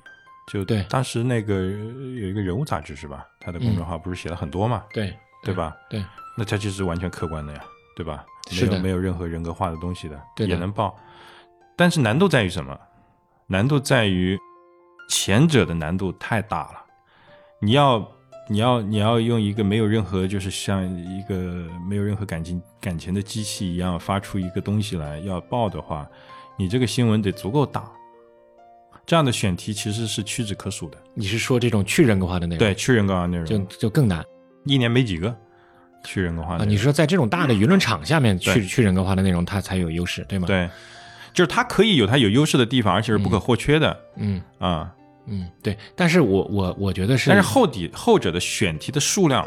A: 就
B: 对
A: 当时那个有一个人物杂志是吧？它的
B: 嗯
A: 公众号不是写了很多嘛，
B: 对
A: 对吧？
B: 对，
A: 那它就是完全客观的呀，对吧？没
B: 是的
A: 有没有任何人格化的东西的，
B: 对的
A: 也能报。但是难度在于什么？难度在于前者的难度太大了，你要你要你要用一个没有任何就是像一个没有任何感情感情的机器一样发出一个东西来要报的话，你这个新闻得足够大。这样的选题其实是屈指可数的，
B: 你是说这种去人格化的内容？
A: 对，去啊人格化内容
B: 就就更难
A: 一年没几个去人格化
B: 啊！
A: 内容。
B: 你是说在这种大的舆论场下面
A: 对
B: 去去人格化的内容，它才有优势，对吗？，
A: 对，就是它可以有它有优势的地方，而且是不可或缺的
B: 嗯
A: 啊、
B: 嗯，对。但是我我我觉得是，
A: 但是后底后者的选题的数量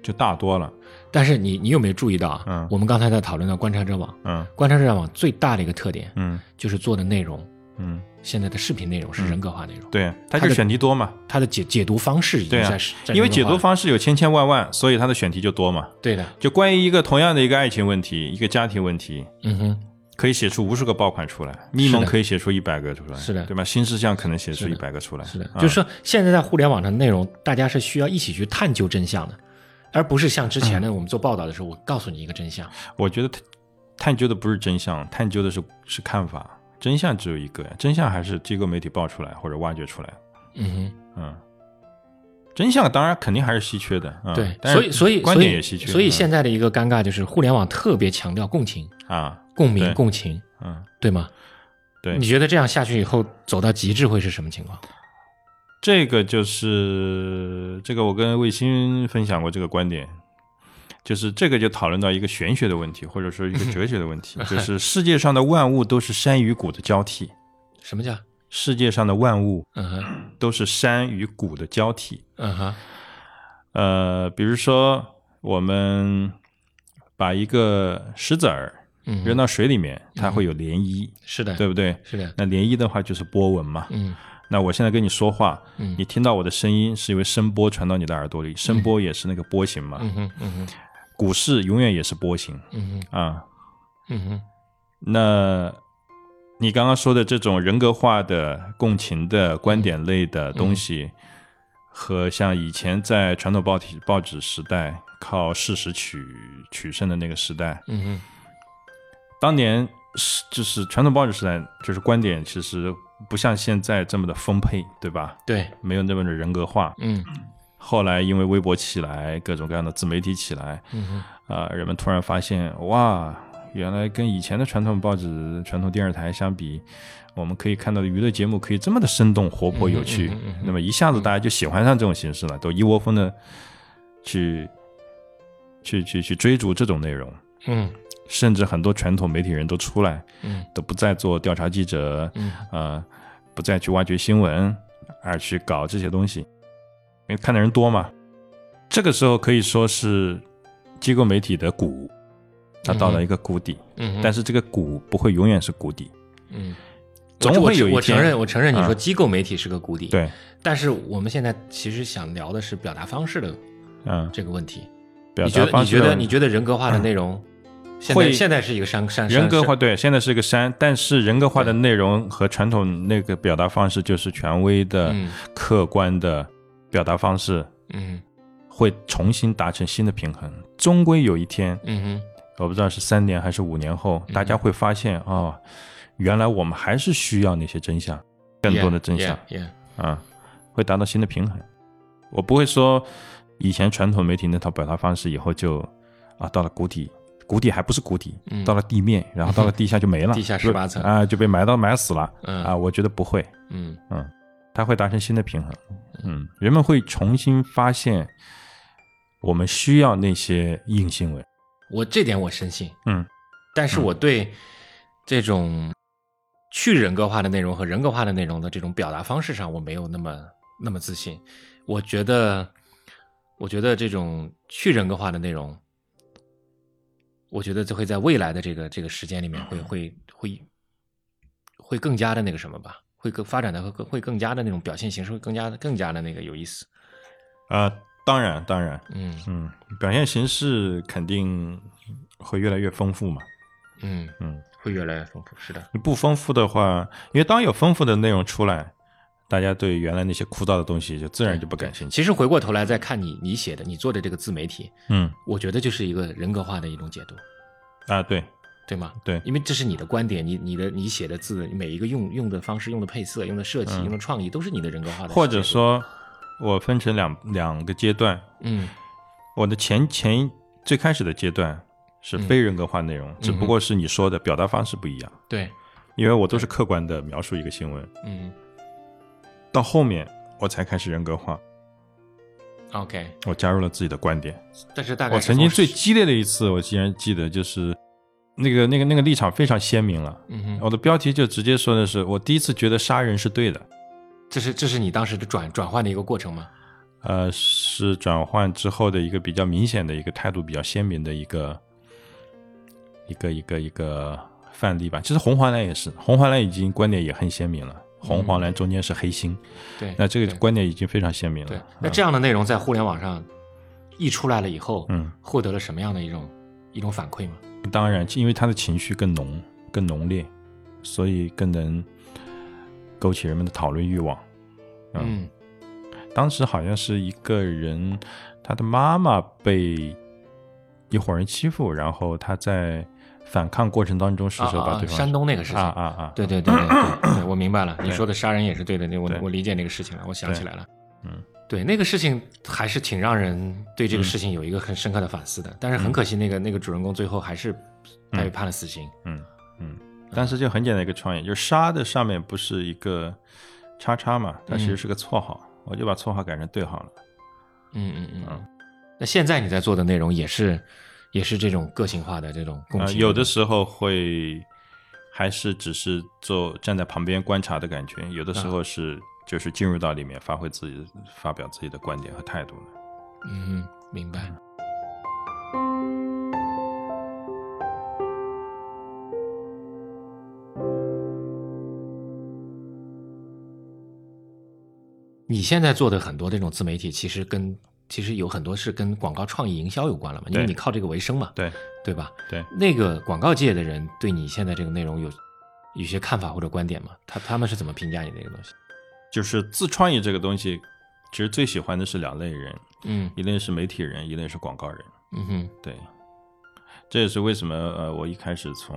A: 就大多了，
B: 但是你你有没有注意到啊？
A: 嗯
B: 我们刚才在讨论到观察者网，
A: 嗯
B: 观察者网最大的一个特点
A: 嗯
B: 就是做的内容，
A: 嗯，
B: 现在的视频内容是人格化内容，
A: 对，它
B: 它
A: 就
B: 的
A: 选题多嘛，
B: 它的解解读方式已经
A: 对啊
B: 在是，在
A: 因为
B: 人格
A: 解
B: 化
A: 读
B: 了
A: 方式有千千万万，所以它的选题就多嘛。
B: 对的，
A: 就关于一个同样的一个爱情问题，一个家庭问题，
B: 嗯哼，
A: 可以写出无数个爆款出来，密蒙可以写出一百个出来，
B: 是的
A: 对吧？新事项可能写出
B: 是的
A: 一百个出来，
B: 是的，
A: 啊
B: 就是说现在在互联网上的内容，大家是需要一起去探究真相的，而不是像之前的
A: 嗯
B: 我们做报道的时候，我告诉你一个真相，
A: 我觉得探探究的不是真相，探究的是是看法，真相只有一个呀，真相还是机构媒体爆出来或者挖掘出来的，
B: 嗯
A: 嗯，真相当然肯定还是稀缺的，嗯、
B: 哼，
A: 但
B: 对，
A: 是
B: 所以所以
A: 观
B: 所以
A: 点也稀缺，
B: 所以
A: 嗯
B: 现在的一个尴尬就是互联网特别强调共情、
A: 啊，
B: 共鸣、
A: 对
B: 共情，
A: 嗯，
B: 对吗？
A: 对
B: 你，觉得这样下去以后，走到极致会是什么情况？
A: 这个就是这个我跟卫星分享过这个观点。就是这个就讨论到一个玄学的问题，或者说一个哲学的问 题，就是世界上的万物都是山与谷的交替，
B: 什么叫
A: 世界上的万物
B: 嗯哼
A: 都是山与谷的交替。
B: 嗯哼
A: 呃，比如说我们把一个石子儿
B: 嗯
A: 扔
B: 哼，
A: 到水里面，它会有涟漪，
B: 是的，
A: 对不对？
B: 是的，
A: 那涟漪的话就是波纹嘛。
B: 嗯
A: 那我现在跟你说话，
B: 嗯
A: 你听到我的声音是因为声波传到你的耳朵里，声波也是那个波形嘛。
B: 嗯哼嗯哼
A: 股市永远也是波形
B: 嗯哼
A: 啊。
B: 嗯哼
A: 那你刚刚说的这种人格化的、共情的观点类的东西，和像以前在传统报体报纸时代靠事实取取胜的那个时代，
B: 嗯哼
A: 当年是就是传统报纸时代，就是观点其实不像现在这么的丰沛，对吧？
B: 对，
A: 没有那么的人格化。
B: 嗯
A: 后来因为微博起来，各种各样的自媒体起来，
B: 嗯哼
A: 啊、人们突然发现，哇，原来跟以前的传统报纸、传统电视台相比，我们可以看到的娱乐节目可以这么的生动、活泼、有趣。那么一下子大家就喜欢上这种形式了，都一窝蜂的去去去去追逐这种内容，
B: 嗯
A: 甚至很多传统媒体人都出来，
B: 嗯
A: 都不再做调查记者，
B: 嗯
A: 呃，不再去挖掘新闻，而去搞这些东西，因为看的人多嘛。这个时候可以说是机构媒体的谷，它到了一个谷底，
B: 嗯哼，
A: 但是这个谷不会永远是谷底，
B: 嗯，
A: 总会有一天
B: 我承认，我承认你说
A: 啊
B: 机构媒体是个谷底，。
A: 对，
B: 但是我们现在其实想聊的是表达方式的
A: 嗯，
B: 这个问题。
A: 表
B: 你觉
A: 达
B: 得
A: 方
B: 你
A: 式
B: 觉
A: 的
B: 得
A: 问
B: 你
A: 题嗯
B: 觉得人格化的内容，现在
A: 会
B: 现在是一个山山
A: 人格化
B: 山
A: 对，现在是一个山，但是人格化的内容和传统那个表达方式就是权威的、
B: 嗯
A: 客观的表达方式，
B: 嗯
A: 会重新达成新的平衡，终归有一天，
B: 嗯
A: 我不知道是三年还是五年后，大家会发现哦，原来我们还是需要那些真相，更多的真相
B: 哼，yeah，
A: 啊，会达到新的平衡。我不会说以前传统媒体那套表达方式以后就啊到了谷底，谷底还不是谷底，
B: 嗯
A: 到了地面，然后到了地下就没了，
B: 地下
A: 就
B: 18层
A: 啊就被埋到埋死了、
B: 嗯
A: 啊。我觉得不会，
B: 嗯
A: 嗯，它会达成新的平衡。嗯，人们会重新发现我们需要那些硬新闻。
B: 我这点我深信，
A: 嗯，
B: 但是我对这种去人格化的内容和人格化的内容的这种表达方式上，我没有那么那么自信。我觉得，我觉得这种去人格化的内容，我觉得这会在未来的这个这个时间里面会会会会更加的那个什么吧，会更发展的会更会更加的那种表现形式会更加更加的那个有意思。
A: 呃，当然当然，
B: 嗯
A: 嗯，表现形式肯定会越来越丰富嘛。
B: 嗯
A: 嗯，
B: 会越来越丰富。是的，
A: 你不丰富的话，因为当有丰富的内容出来，大家对原来那些枯燥的东西就自然就不感兴趣。
B: 其实回过头来再看你你写的你做的这个自媒体，
A: 嗯
B: 我觉得就是一个人格化的一种解读，
A: 啊，对
B: 对吗？
A: 对，
B: 因为这是你的观点，你你的你写的字，每一个用用的方式、用的配色、用的设计、用的创意，都是你的人格化的解读。
A: 嗯或者说，我分成两两个阶段，
B: 嗯，
A: 我的前前最开始的阶段是
B: 嗯
A: 非人格化内容，只不过是你说的表达方式不一样，
B: 对，
A: 因为我都是客观的描述一个新闻，
B: 嗯
A: 到后面我才开始人格化，
B: ，OK。
A: 我加入了自己的观点。
B: 但是大概
A: 我
B: 是
A: 曾经
B: 从
A: 最激烈的一次，我竟然记得就是那个那个那个立场非常鲜明了。
B: 嗯哼，
A: 我的标题就直接说的是，我第一次觉得杀人是对的，
B: 这是这是你当时的转转换的一个过程吗？
A: 呃，是转换之后的一个比较明显的一个态度比较鲜明的一个一个一个一个范例吧。其实红黄蓝也是，红黄蓝已经观点也很鲜明了，红黄蓝中间是黑心，
B: 对，
A: 那这个
B: 嗯对
A: 观点已经非常鲜明了。嗯
B: 对，那这样的内容在互联网上一出来了以后，
A: 嗯，
B: 获得了什么样的一种一种反馈吗？
A: 当然，因为他的情绪更浓、更浓烈，所以更能勾起人们的讨论欲望。
B: 嗯
A: 当时好像是一个人，他的妈妈被一伙人欺负，然后他在反抗过程当中失
B: 啊
A: 手
B: 啊
A: 把
B: 啊
A: 对方
B: 山东那个事情
A: 啊啊啊，
B: 对对对对 对对，我明白了，你
A: 对
B: 说的杀人也是对的，那我
A: 对
B: 我理解那个事情了，我想起来了。
A: 嗯，
B: 对，那个事情还是挺让人对这个事情有一个很深刻的反思的。但是很可惜，那个那个主人公最后还是被判了死刑。
A: 嗯嗯，当时就很简单一个创意，就是杀的上面不是一个叉叉嘛，它其实是个绰号，我就把绰号改成对号了。
B: 嗯嗯嗯
A: 嗯
B: 嗯。那现在你在做的内容也是也是这种个性化的这种共
A: 啊、
B: 情，
A: 有的时候会还是只是做站在旁边观察的感觉，有的时候是、就是进入到里面发挥自己的发表自己的观点和态度的。
B: 嗯嗯，明白。你现在做的很多这种自媒体，其实跟其实有很多是跟广告创意营销有关了嘛，因为
A: 对
B: 你靠这个为生嘛，
A: 对
B: 对吧？
A: 对，
B: 那个广告界的人对你现在这个内容有有些看法或者观点吗？他他们是怎么评价你这个东西？
A: 就是自创意这个东西，其实最喜欢的是两类人，
B: 嗯
A: 一类是媒体人，一类是广告人。
B: 嗯哼
A: 对，这也是为什么呃，我一开始从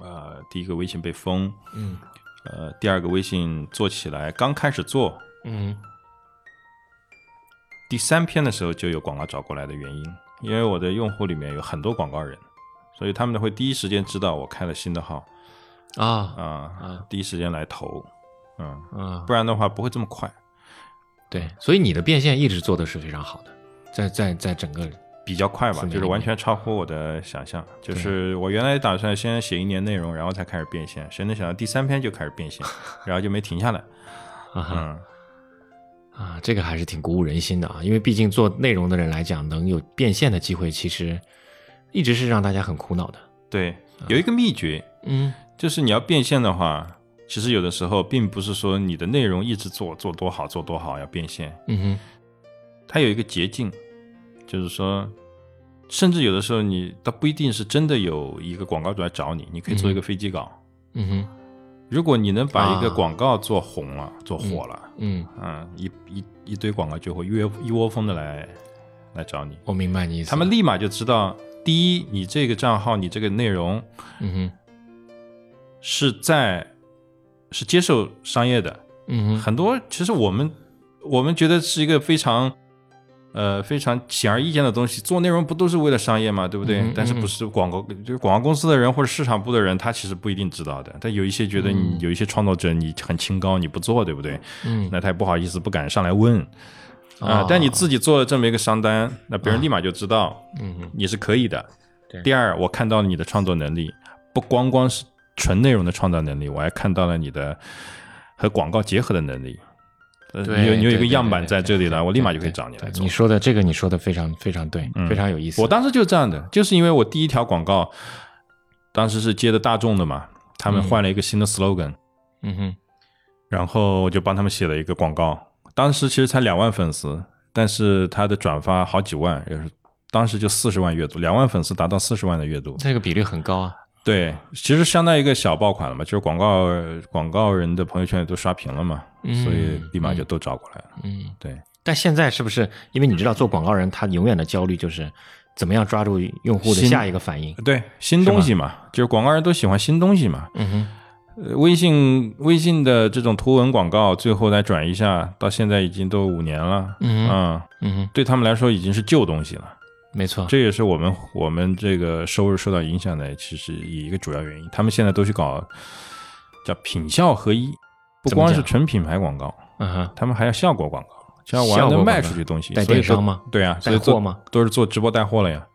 A: 呃第一个微信被封，
B: 嗯
A: 呃第二个微信做起来，刚开始做
B: 嗯
A: 第三篇的时候就有广告找过来的原因，因为我的用户里面有很多广告人，所以他们会第一时间知道我开了新的号
B: 啊
A: 啊、
B: 啊
A: 第一时间来投，嗯，
B: 啊
A: 不然的话不会这么快。
B: 对，所以你的变现一直做的是非常好的，在在在整个
A: 比较快吧
B: 自，媒体
A: 就是完全超乎我的想象。就是我原来打算先写一年内容，然后才开始变现，谁能想到第三篇就开始变 现，然后就没停下来。
B: 啊哈
A: 嗯，
B: 啊，这个还是挺鼓舞人心的啊，因为毕竟做内容的人来讲，能有变现的机会，其实一直是让大家很苦恼的。
A: 对，
B: 啊
A: 有一个秘诀，
B: 嗯
A: 就是你要变现的话，其实有的时候并不是说你的内容一直做做多好做多好要变现，
B: 嗯
A: 它有一个捷径，就是说，甚至有的时候你它不一定是真的有一个广告主来找你，你可以做一个飞机稿。
B: 哼嗯哼
A: 如果你能把一个
B: 啊
A: 广告做红了、做火了，
B: 嗯，
A: 嗯，一一一堆广告就会约一窝蜂的来来找你，
B: 我明白你意思。啊
A: 他们立马就知道，第一，你这个账号，你这个内容
B: 嗯
A: 是在是接受商业的，
B: 哼嗯哼
A: 很多其实我们我们觉得是一个非常呃非常显而易见的东西，做内容不都是为了商业嘛，对不对？
B: 嗯嗯
A: 但是
B: 嗯
A: 不是广告就是广告公司的人或者市场部的人，他其实不一定知道的。但有一些觉得你、
B: 嗯
A: 有一些创作者你很清高，你不做，对不对？
B: 嗯
A: 那他也不好意思不敢上来问。啊、
B: 哦
A: 但你自己做了这么一个商单，那别人立马就知道
B: 嗯哼
A: 你是可以的
B: 对。
A: 第二，我看到了你的创作能力，不光光是纯内容的创造能力，我还看到了你的和广告结合的能力。呃，
B: 对
A: 你有你有一
B: 对
A: 个
B: 对
A: 样
B: 对
A: 板
B: 对
A: 在
B: 对
A: 这里
B: 对
A: 了，我立马
B: 对
A: 就可以
B: 对
A: 找你来
B: 对
A: 做
B: 你。说的这个，你说的非常非常对，
A: 嗯
B: 非常有意思。
A: 我当时就是这样的，就是因为我第一条广告，当时是接的大众的嘛，他们
B: 嗯
A: 换了一个新的 slogan，、
B: 嗯哼，
A: 然后我就帮他们写了一个广告。当时其实才两万粉丝，但是他的转发好几万，也是当时就四十万阅读，两万粉丝达到四十万的阅读。
B: 这个比率很高啊。
A: 对，其实相当于一个小爆款了嘛，就是广告广告人的朋友圈也都刷屏了嘛，
B: 嗯
A: 所以立马就都找过来了。
B: 嗯，
A: 对。
B: 但现在是不是因为你知道做广告人他永远的焦虑就是怎么样抓住用户的
A: 新
B: 下一个反应？
A: 对，新东西嘛，就是广告人都喜欢新东西嘛。
B: 嗯哼，
A: 呃，微信微信的这种图文广告，最后来转一下，到现在已经都五年了，
B: 嗯哼，
A: 嗯，
B: 嗯哼，
A: 对他们来说已经是旧东西了。
B: 没错。
A: 这也是我们我们这个收入受到影响的，其实一个主要原因。他们现在都去搞叫品效合一，不
B: 怎么
A: 光是
B: 讲
A: 纯品牌广告，
B: 嗯哼，
A: 他们还要效果广告，这样我
B: 效
A: 还
B: 果
A: 能
B: 广
A: 卖
B: 告
A: 出去东西。
B: 带
A: 所以
B: 电
A: 说
B: 商吗
A: 对啊，所以
B: 带货
A: 做
B: 吗？
A: 都是做直播带货了呀。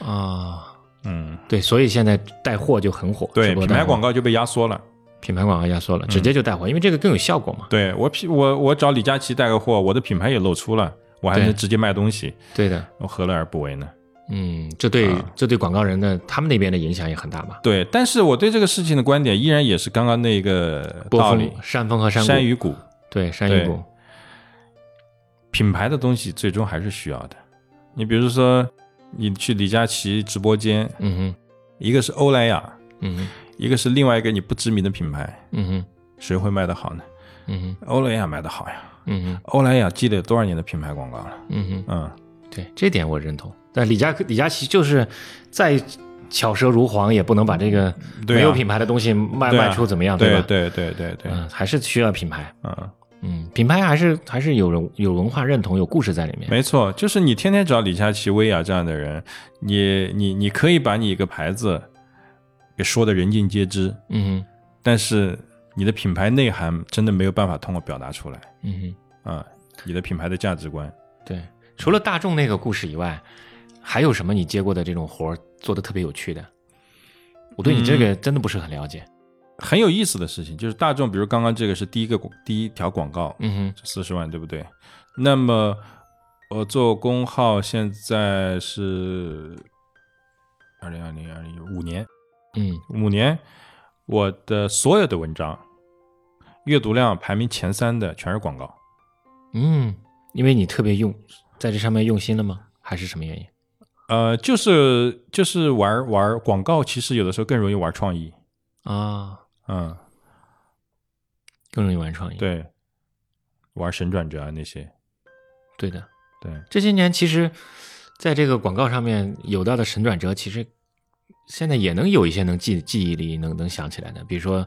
B: 啊，
A: 嗯，
B: 对，所以现在带货就很火，
A: 对，
B: 直播
A: 品
B: 带
A: 牌
B: 货
A: 广告嗯就被压缩了。
B: 品牌广告压缩了，直接就带货，因为这个更有效果嘛。
A: 对我品我我找李佳琦带个货，我的品牌也露出了，我还
B: 对
A: 能直接卖东西，
B: 对的，
A: 我何乐而不为呢？
B: 嗯，这对
A: 啊
B: 这对广告人的他们那边的影响也很大吧？
A: 对，但是我对这个事情的观点依然也是刚刚那个
B: 波
A: 道理
B: 峰、，山峰和山谷，
A: 山与谷，
B: 对山与
A: 对
B: 谷，
A: 品牌的东西最终还是需要的。你比如说，你去李佳琦直播间，
B: 嗯
A: 一个是欧莱雅，
B: 哼，嗯哼，
A: 一个是另外一个你不知名的品牌，
B: 嗯哼，
A: 谁会卖得好呢？
B: 嗯哼，
A: 欧莱雅卖得好呀，
B: 嗯哼。
A: 欧莱雅积累多少年的品牌广告了？
B: 嗯
A: 嗯，
B: 哼，对，这点我认同。但李佳李佳琦就是再巧舌如簧，也不能把这个
A: 对啊
B: 没有品牌的东西卖、
A: 对啊
B: 卖出怎么样，
A: 对
B: 吧？
A: 对对对对，
B: 嗯，还是需要品牌。
A: 嗯，
B: 嗯，品牌还是还是有人有文化认同，有故事在里面。
A: 没错，就是你天天找李佳琦、薇娅这样的人，你你你可以把你一个牌子给说的人尽皆知，
B: 嗯
A: 但是你的品牌内涵真的没有办法通过表达出来
B: 哼，嗯哼，
A: 啊、你的品牌的价值观。
B: 对。除了大众那个故事以外，还有什么你接过的这种活儿做的特别有趣的？我对你这
A: 嗯
B: 个真的不是很了解。
A: 很有意思的事情就是大众，比如刚刚这个是第一个广第一条广告，
B: 嗯
A: 四十万对不对？那么我做工号现在是二零二零二零五年，
B: 哼，嗯
A: 五年我的所有的文章阅读量排名前三的全是广告。
B: 嗯，因为你特别用在这上面用心了吗？还是什么原因？
A: 呃，就是就是玩玩广告，其实有的时候更容易玩创意，
B: 啊，
A: 嗯，
B: 更容易玩创意。
A: 对，玩神转折啊那些，
B: 对的，
A: 对，
B: 这些年其实在这个广告上面有到的神转折，其实现在也能有一些能记记忆里能能想起来的，比如说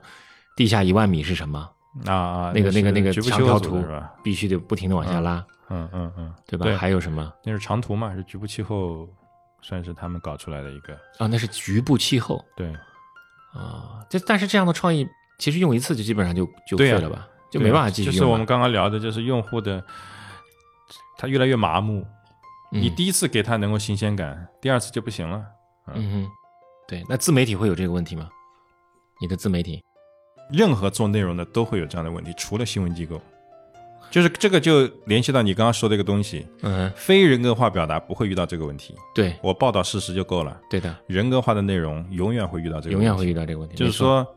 B: 地下一万米是什么，
A: 啊，
B: 那个那
A: 是
B: 个那个
A: 局部
B: 长
A: 修
B: 条
A: 组
B: 图
A: 的是吧？
B: 必须得不停的往下拉，
A: 嗯嗯嗯，
B: 对吧？
A: 对
B: 还有什么
A: 那是长途嘛，是局部气候，算是他们搞出来的一个，
B: 啊？那是局部气候
A: 对，
B: 啊，这但是这样的创意其实用一次就基本上就就
A: 对
B: 废
A: 呀
B: 了吧，就没办法继续
A: 就
B: 用了。
A: 是我们刚刚聊的，就是用户的他越来越麻木，你
B: 嗯
A: 第一次给他能够新鲜感，第二次就不行了。
B: 嗯哼，对，那自媒体会有这个问题吗？你的自媒体，
A: 任何做内容的都会有这样的问题，除了新闻机构，就是这个就联系到你刚刚说的一个东西，
B: 嗯哼，
A: 非人格化表达不会遇到这个问题，
B: 对
A: 我报道事实就够了。
B: 对的，
A: 人格化的内容永远会遇到这个问题，
B: 永远会遇到这个问题。
A: 就是
B: 没错，
A: 说，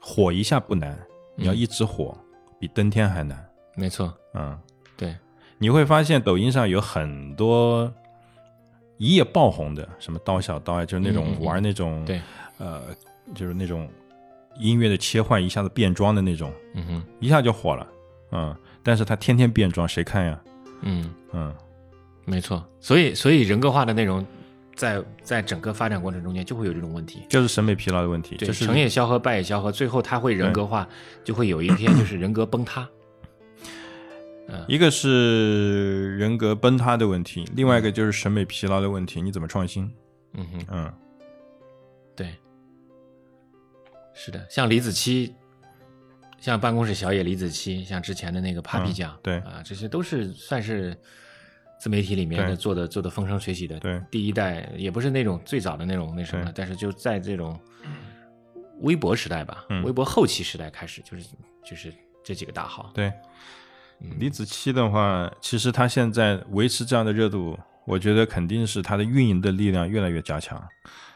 A: 火一下不难，你要
B: 嗯
A: 一直火，比登天还难。
B: 没错，
A: 嗯，
B: 对，
A: 你会发现抖音上有很多一夜爆红的，什么刀小刀啊，就是那
B: 嗯嗯
A: 种
B: 嗯
A: 玩那种、
B: 对，
A: 呃，就是那种音乐的切换一下子变装的那种，
B: 嗯哼。
A: 一下就火了。嗯，但是他天天变装，谁看呀？
B: 嗯，
A: 嗯，
B: 没错。所以，所以人格化的内容在在整个发展过程中间就会有这种问题，
A: 就是审美疲劳的问题，
B: 对，
A: 就是
B: 成也萧何，败也萧何，最后他会人格化，就会有一天就是人格崩塌。
A: 一个是人格崩塌的问题，另外一个就是审美疲劳的问题，你怎么创新？
B: 嗯哼，
A: 嗯。
B: 对，是的，像李子柒。像办公室小野李子柒，像之前的那个
A: 嗯
B: Papi 酱、
A: 对
B: 啊，这些都是算是自媒体里面
A: 对
B: 的做的做的风生水起的，
A: 对
B: 第一代也不是那种最早的那种那什么
A: 对
B: 了，但是就在这种微博时代吧，
A: 嗯
B: 微博后期时代开始，就是就是这几个大号，
A: 对，
B: 嗯
A: 李子柒的话，其实他现在维持这样的热度，我觉得肯定是他的运营的力量越来越加强，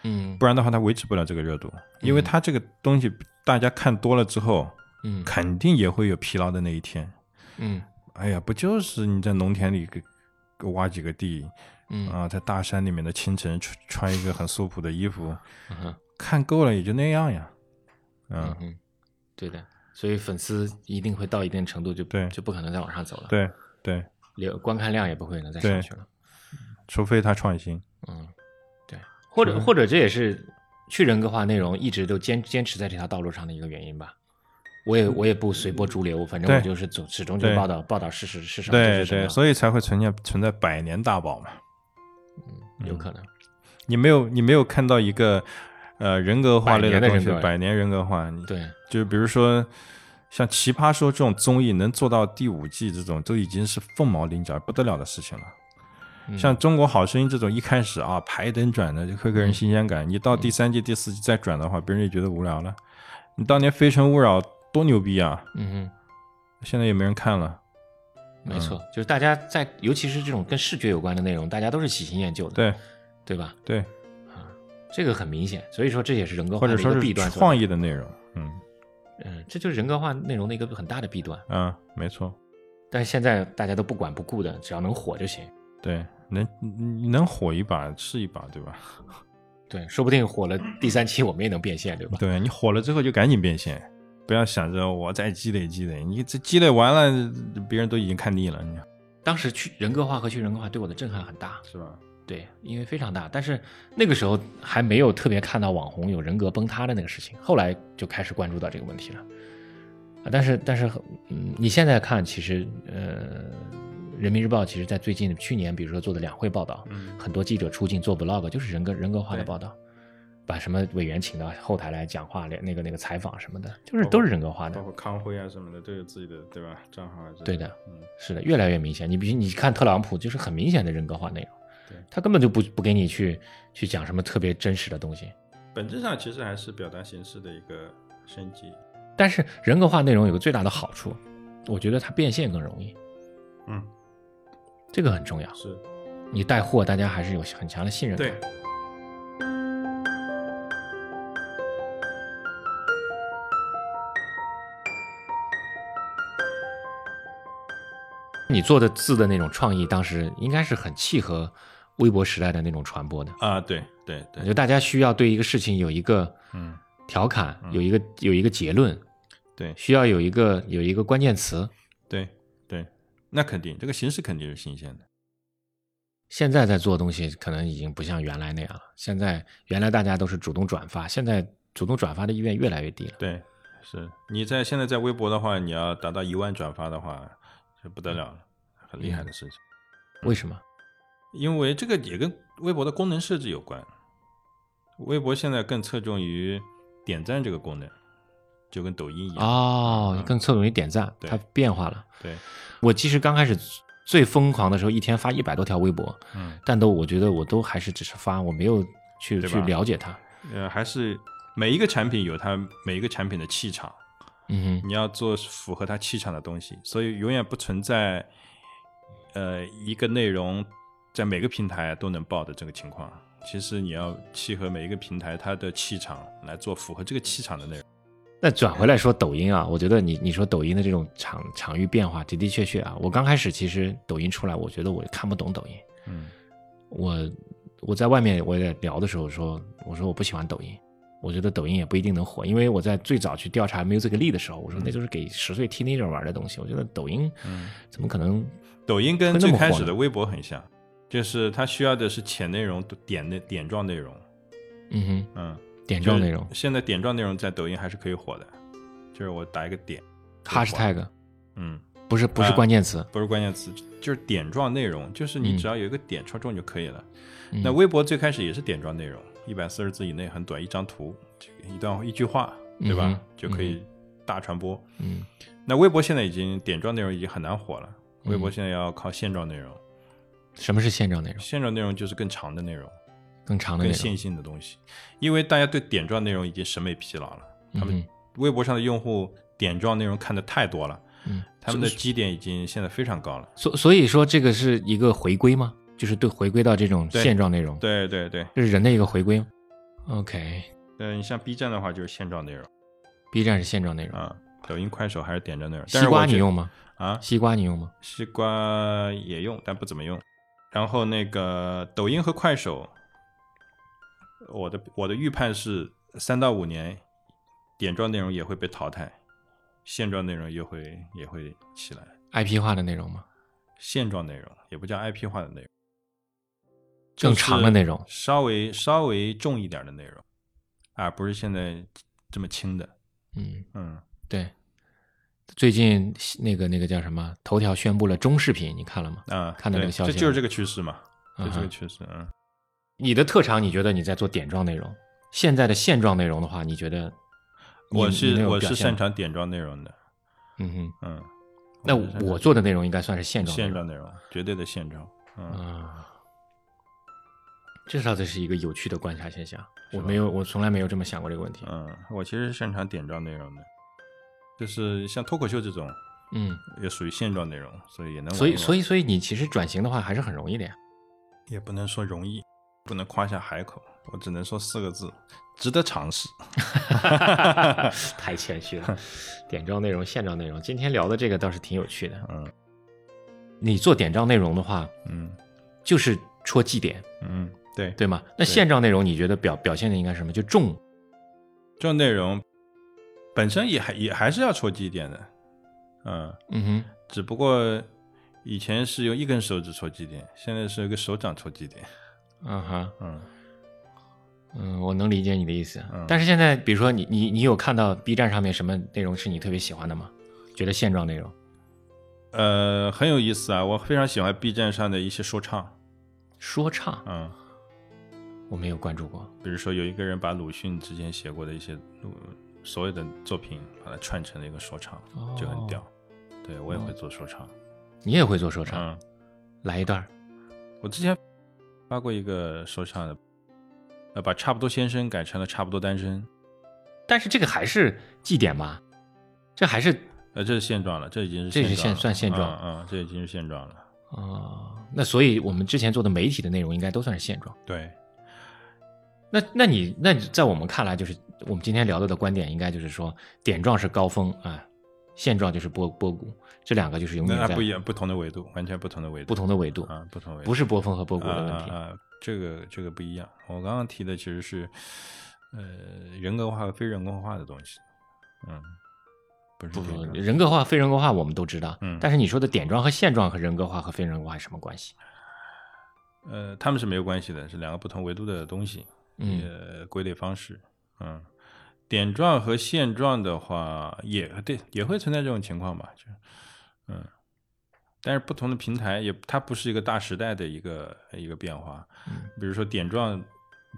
B: 嗯
A: 不然的话他维持不了这个热度，因为他这个东西大家看多了之后，
B: 嗯
A: 肯定也会有疲劳的那一天。
B: 嗯
A: 哎呀，不就是你在农田里给给挖几个地，
B: 嗯
A: 啊，在大山里面的清晨穿穿一个很素朴的衣 服，
B: 嗯哼
A: 看够了也就那样呀。嗯
B: 嗯，哼，对的，所以粉丝一定会到一定程度就
A: 对
B: 就不可能再往上走了，
A: 对对，
B: 流，观看量也不会能再
A: 对
B: 上去了，
A: 除非他创新。
B: 嗯，对，或者
A: 嗯
B: 或者这也是去人格化内容一直都坚坚持在这条道路上的一个原因吧。我也我也不随波逐流，反正
A: 嗯对
B: 我就是总始终就
A: 对
B: 报道报道事实事实
A: 对对，
B: 以
A: 所以才会存在存在百年大宝嘛。
B: 有可
A: 嗯
B: 能，
A: 你没有你没有看到一个呃人格化
B: 百
A: 类
B: 年的
A: 东
B: 人
A: 西
B: 格，
A: 百年人格化，你
B: 对，
A: 就比如说像《奇葩说》这种综艺能做到第五季这种，都已经是凤毛麟角不得了的事情了。
B: 嗯
A: 像《中国好声音》这种，一开始啊排灯转的就会给人新鲜感，你到
B: 嗯
A: 第三季、第四季再转的话，别人也觉得无聊了。你当年《非诚勿扰》多牛逼啊，
B: 嗯
A: 现在也没人看了。
B: 哼，
A: 嗯
B: 没错，就是大家在尤其是这种跟视觉有关的内容，大家都是喜新厌旧的，
A: 对
B: 对吧？
A: 对，
B: 这个很明显，所以说这也是人格化
A: 或
B: 的
A: 者
B: 一
A: 说
B: 个弊
A: 是
B: 端所在，
A: 创意的内容，嗯
B: 嗯，这就是人格化内容的一个很大的弊端。
A: 啊，没错，
B: 但是现在大家都不管不顾的，只要能火就行。
A: 对，能你能火一把是一把，对吧？
B: 对，说不定火了第三期我们也能变现，对吧？
A: 对你火了之后就赶紧变现，不要想着我再积累积累，你这积累完了，别人都已经看腻了，你
B: 当时去人格化和去人格化对我的震撼很大，
A: 是吧？
B: 对，因为非常大。但是那个时候还没有特别看到网红有人格崩塌的那个事情，后来就开始关注到这个问题了。啊，但是但是，嗯，你现在看，其实呃，人民日报其实在最近去年，比如说做的两会报道，
A: 嗯
B: 很多记者出镜做 vlog，就是人格人格化的
A: 对
B: 报道，把什么委员请到后台来讲话，那个那个采访什么的，就是都是人格化的
A: 包。括康辉啊什么的都有自己的对吧账号啊之类
B: 对的，
A: 嗯，
B: 是的，越来越明显。你比如你看特朗普，就是很明显的人格化内容
A: 对，
B: 他根本就不不给你去去讲什么特别真实的东西。
A: 本质上其实还是表达形式的一个升级。
B: 但是人格化内容有个最大的好处，我觉得它变现更容易，
A: 嗯，
B: 这个很重要。
A: 是
B: 你带货，大家还是有很强的信任感。
A: 对。
B: 你做的字的那种创意，当时应该是很契合微博时代的那种传播的。
A: 啊，对对
B: 我
A: 对
B: 觉，得大家需要对一个事情有一个
A: 嗯，
B: 调侃，有一个有一个结论，
A: 对
B: 需要有一个有一个关键词。
A: 对对，那肯定这个形式肯定是新鲜的。
B: 现在在做的东西可能已经不像原来那样了。现在原来大家都是主动转发，现在主动转发的意愿越来越低了。
A: 对，是你在现在在微博的话，你要达到一万转发的话，这不得了了，很厉害的事情。嗯
B: 为什么？
A: 因为这个也跟微博的功能设置有关。微博现在更侧重于点赞这个功能，就跟抖音一样。
B: 哦
A: 嗯，
B: 更侧重于点赞，
A: 对
B: 它变化了。
A: 对，
B: 我其实刚开始最疯狂的时候，一天发一百多条微博，
A: 嗯，
B: 但都我觉得我都还是只是发，我没有去
A: 对吧
B: 去了解它。
A: 呃，还是每一个产品有它每一个产品的气场，
B: 嗯哼，
A: 你要做符合它气场的东西，所以永远不存在呃一个内容在每个平台都能爆的这个情况。其实你要契合每一个平台它的气场来做符合这个气场的内容。
B: 那转回来说抖音啊，我觉得你你说抖音的这种场场域变化的的确确啊，我刚开始其实抖音出来，我觉得我看不懂抖音。
A: 嗯
B: 我我在外面我也聊的时候说，我说我不喜欢抖音，我觉得抖音也不一定能火，因为我在最早去调查 Musical.ly 的时候，我说那就是给十岁 teenager 玩的东西，我觉得抖音
A: 嗯。
B: 怎么可能？
A: 抖音跟
B: 会那
A: 最
B: 么
A: 开
B: 火
A: 始的
B: 呢
A: 微博很像，就是它需要的是浅内容、点的点状内容。
B: 嗯哼，
A: 嗯，
B: 点
A: 点
B: 状内容
A: 现在点状内容在抖音还是可以火的，就是我打一个点，
B: ，#hashtag
A: 嗯，
B: 不是不是关键词，
A: 不是关键词，就是点状内容，就是你
B: 嗯
A: 只要有一个点戳中就可以了。
B: 嗯
A: 那微博最开始也是点状内容，一百四十字以内，很短，一张图，这个一段一句话，对吧？
B: 嗯哼
A: 就可以大传播。
B: 嗯
A: 那微博现在已经点状内容已经很难火了，微博
B: 嗯
A: 现在要靠现状内容，
B: 什么是现状内容？
A: 现状内容就是更长的内容，
B: 更长的内
A: 更
B: 容
A: 线。性的东西，因为大家对点状内容已经审美疲劳了。他们
B: 嗯
A: 微博上的用户点状内容看的太多了，
B: 嗯，
A: 他们的基点已经现在非常高了。
B: 所所以说这个是一个回归吗？就是对回归到这种
A: 对
B: 现状内容，
A: 对对对，
B: 这是人的一个回归吗？OK，B
A: 对你像 B 站的话就是现状内容
B: 站是现状内容，
A: 啊，抖音、快手还是点状内容。但
B: 西
A: 是
B: 瓜
A: 我觉
B: 你用吗？
A: 啊？
B: 西瓜你用吗？
A: 西瓜也用，但不怎么用。然后那个抖音和快手，我的我的预判是三到五年，点状内容也会被淘汰，现状内容又会也会起来。
B: IP 化的内容吗？
A: 现状内容也不叫 IP 化的内容，
B: 更长的内容
A: 就是稍微稍微重一点的内容，啊，不是现在这么轻的。
B: 嗯，
A: 嗯，
B: 对。最近那个那个叫什么？头条宣布了中视频，你看了吗？
A: 啊，
B: 看到这个
A: 对
B: 消息
A: 这
B: 了
A: 就是这个趋势嘛，就
B: 嗯
A: 是这个
B: 哼
A: 趋势。嗯，
B: 你的特长，你觉得你在做点状内容？现在的现状内容的话，你觉得你
A: 我
B: 你能
A: 是
B: 有
A: 我
B: 表
A: 是
B: 现吗
A: 擅长点状内容的。
B: 嗯哼，
A: 嗯，
B: 那
A: 是擅长
B: 我做的内容应该算是现状内
A: 现
B: 容
A: 状内容，绝对的现状。嗯，
B: 啊，这倒这是一个有趣的观察现象。
A: 是
B: 我
A: 吧
B: 没有，我从来没有这么想过这个问题。
A: 嗯，我其实是擅长点状内容的，就是像脱口秀这种
B: 嗯，
A: 也属于现状内容，所以也能
B: 所以，所
A: 以
B: 以，所以你其实转型的话还是很容易的呀。
A: 也不能说容易，不能夸下海口，我只能说四个字：值得尝试。
B: 太谦虚了，点状内容、现状内容，今天聊的这个倒是挺有趣的。
A: 嗯
B: 你做点状内容的话，
A: 嗯
B: 就是戳绩点，
A: 嗯，对，
B: 对吗？那现状内容你觉得表表现的应该是什么？就重
A: 这种内容本身也还也还是要戳基点的，嗯，
B: 嗯
A: 只不过以前是用一根手指戳基点，现在是一个手掌戳基点。
B: 哼，嗯哈，
A: 嗯，
B: 嗯，我能理解你的意思。
A: 嗯
B: 但是现在，比如说你你你有看到 B 站上面什么内容是你特别喜欢的吗？觉得现状内容、
A: 呃，很有意思啊，我非常喜欢 B 站上的一些说唱，
B: 说唱，
A: 嗯，
B: 我没有关注过。
A: 比如说有一个人把鲁迅之前写过的一些鲁所有的作品，把它串成了一个说唱，
B: 哦嗯
A: 就很屌。对我也会做说唱，
B: 你也会做说唱，
A: 嗯，
B: 来一段儿。
A: 我之前发过一个说唱的，呃，把差不多先生改成了差不多单身，
B: 但是这个还是绩点吧，这还是
A: 呃，这是现状了，这已经是
B: 这是
A: 现
B: 现算现状
A: 嗯嗯，这已经是现状了。
B: 啊、那所以我们之前做的媒体的内容应该都算是现状。
A: 对，
B: 那那你那你在我们看来，就是我们今天聊到的观点，应该就是说点状是高峰啊、现状就是波波谷，这两个就是永
A: 那
B: 远
A: 它
B: 在
A: 不一样，不同的维度，完全不同的维度，
B: 不同的维度，
A: 啊，不同维度，
B: 不是波峰和波谷的问题。
A: 啊啊啊这个这个不一样。我刚刚提的其实是，呃，人格化和非人格化的东西，嗯，不是
B: 不
A: 这
B: 不，
A: 个
B: 人格化、非人格化我们都知道，
A: 嗯
B: 但是你说的点状和现状和人格化和非人格化有什么关系？
A: 呃，他们是没有关系的，是两个不同维度的东西，
B: 嗯
A: 呃，归类方式，嗯，点状和现状的话，也对，也会存在这种情况吧，就，嗯，但是不同的平台也，它不是一个大时代的一个一个变化，
B: 嗯，
A: 比如说点状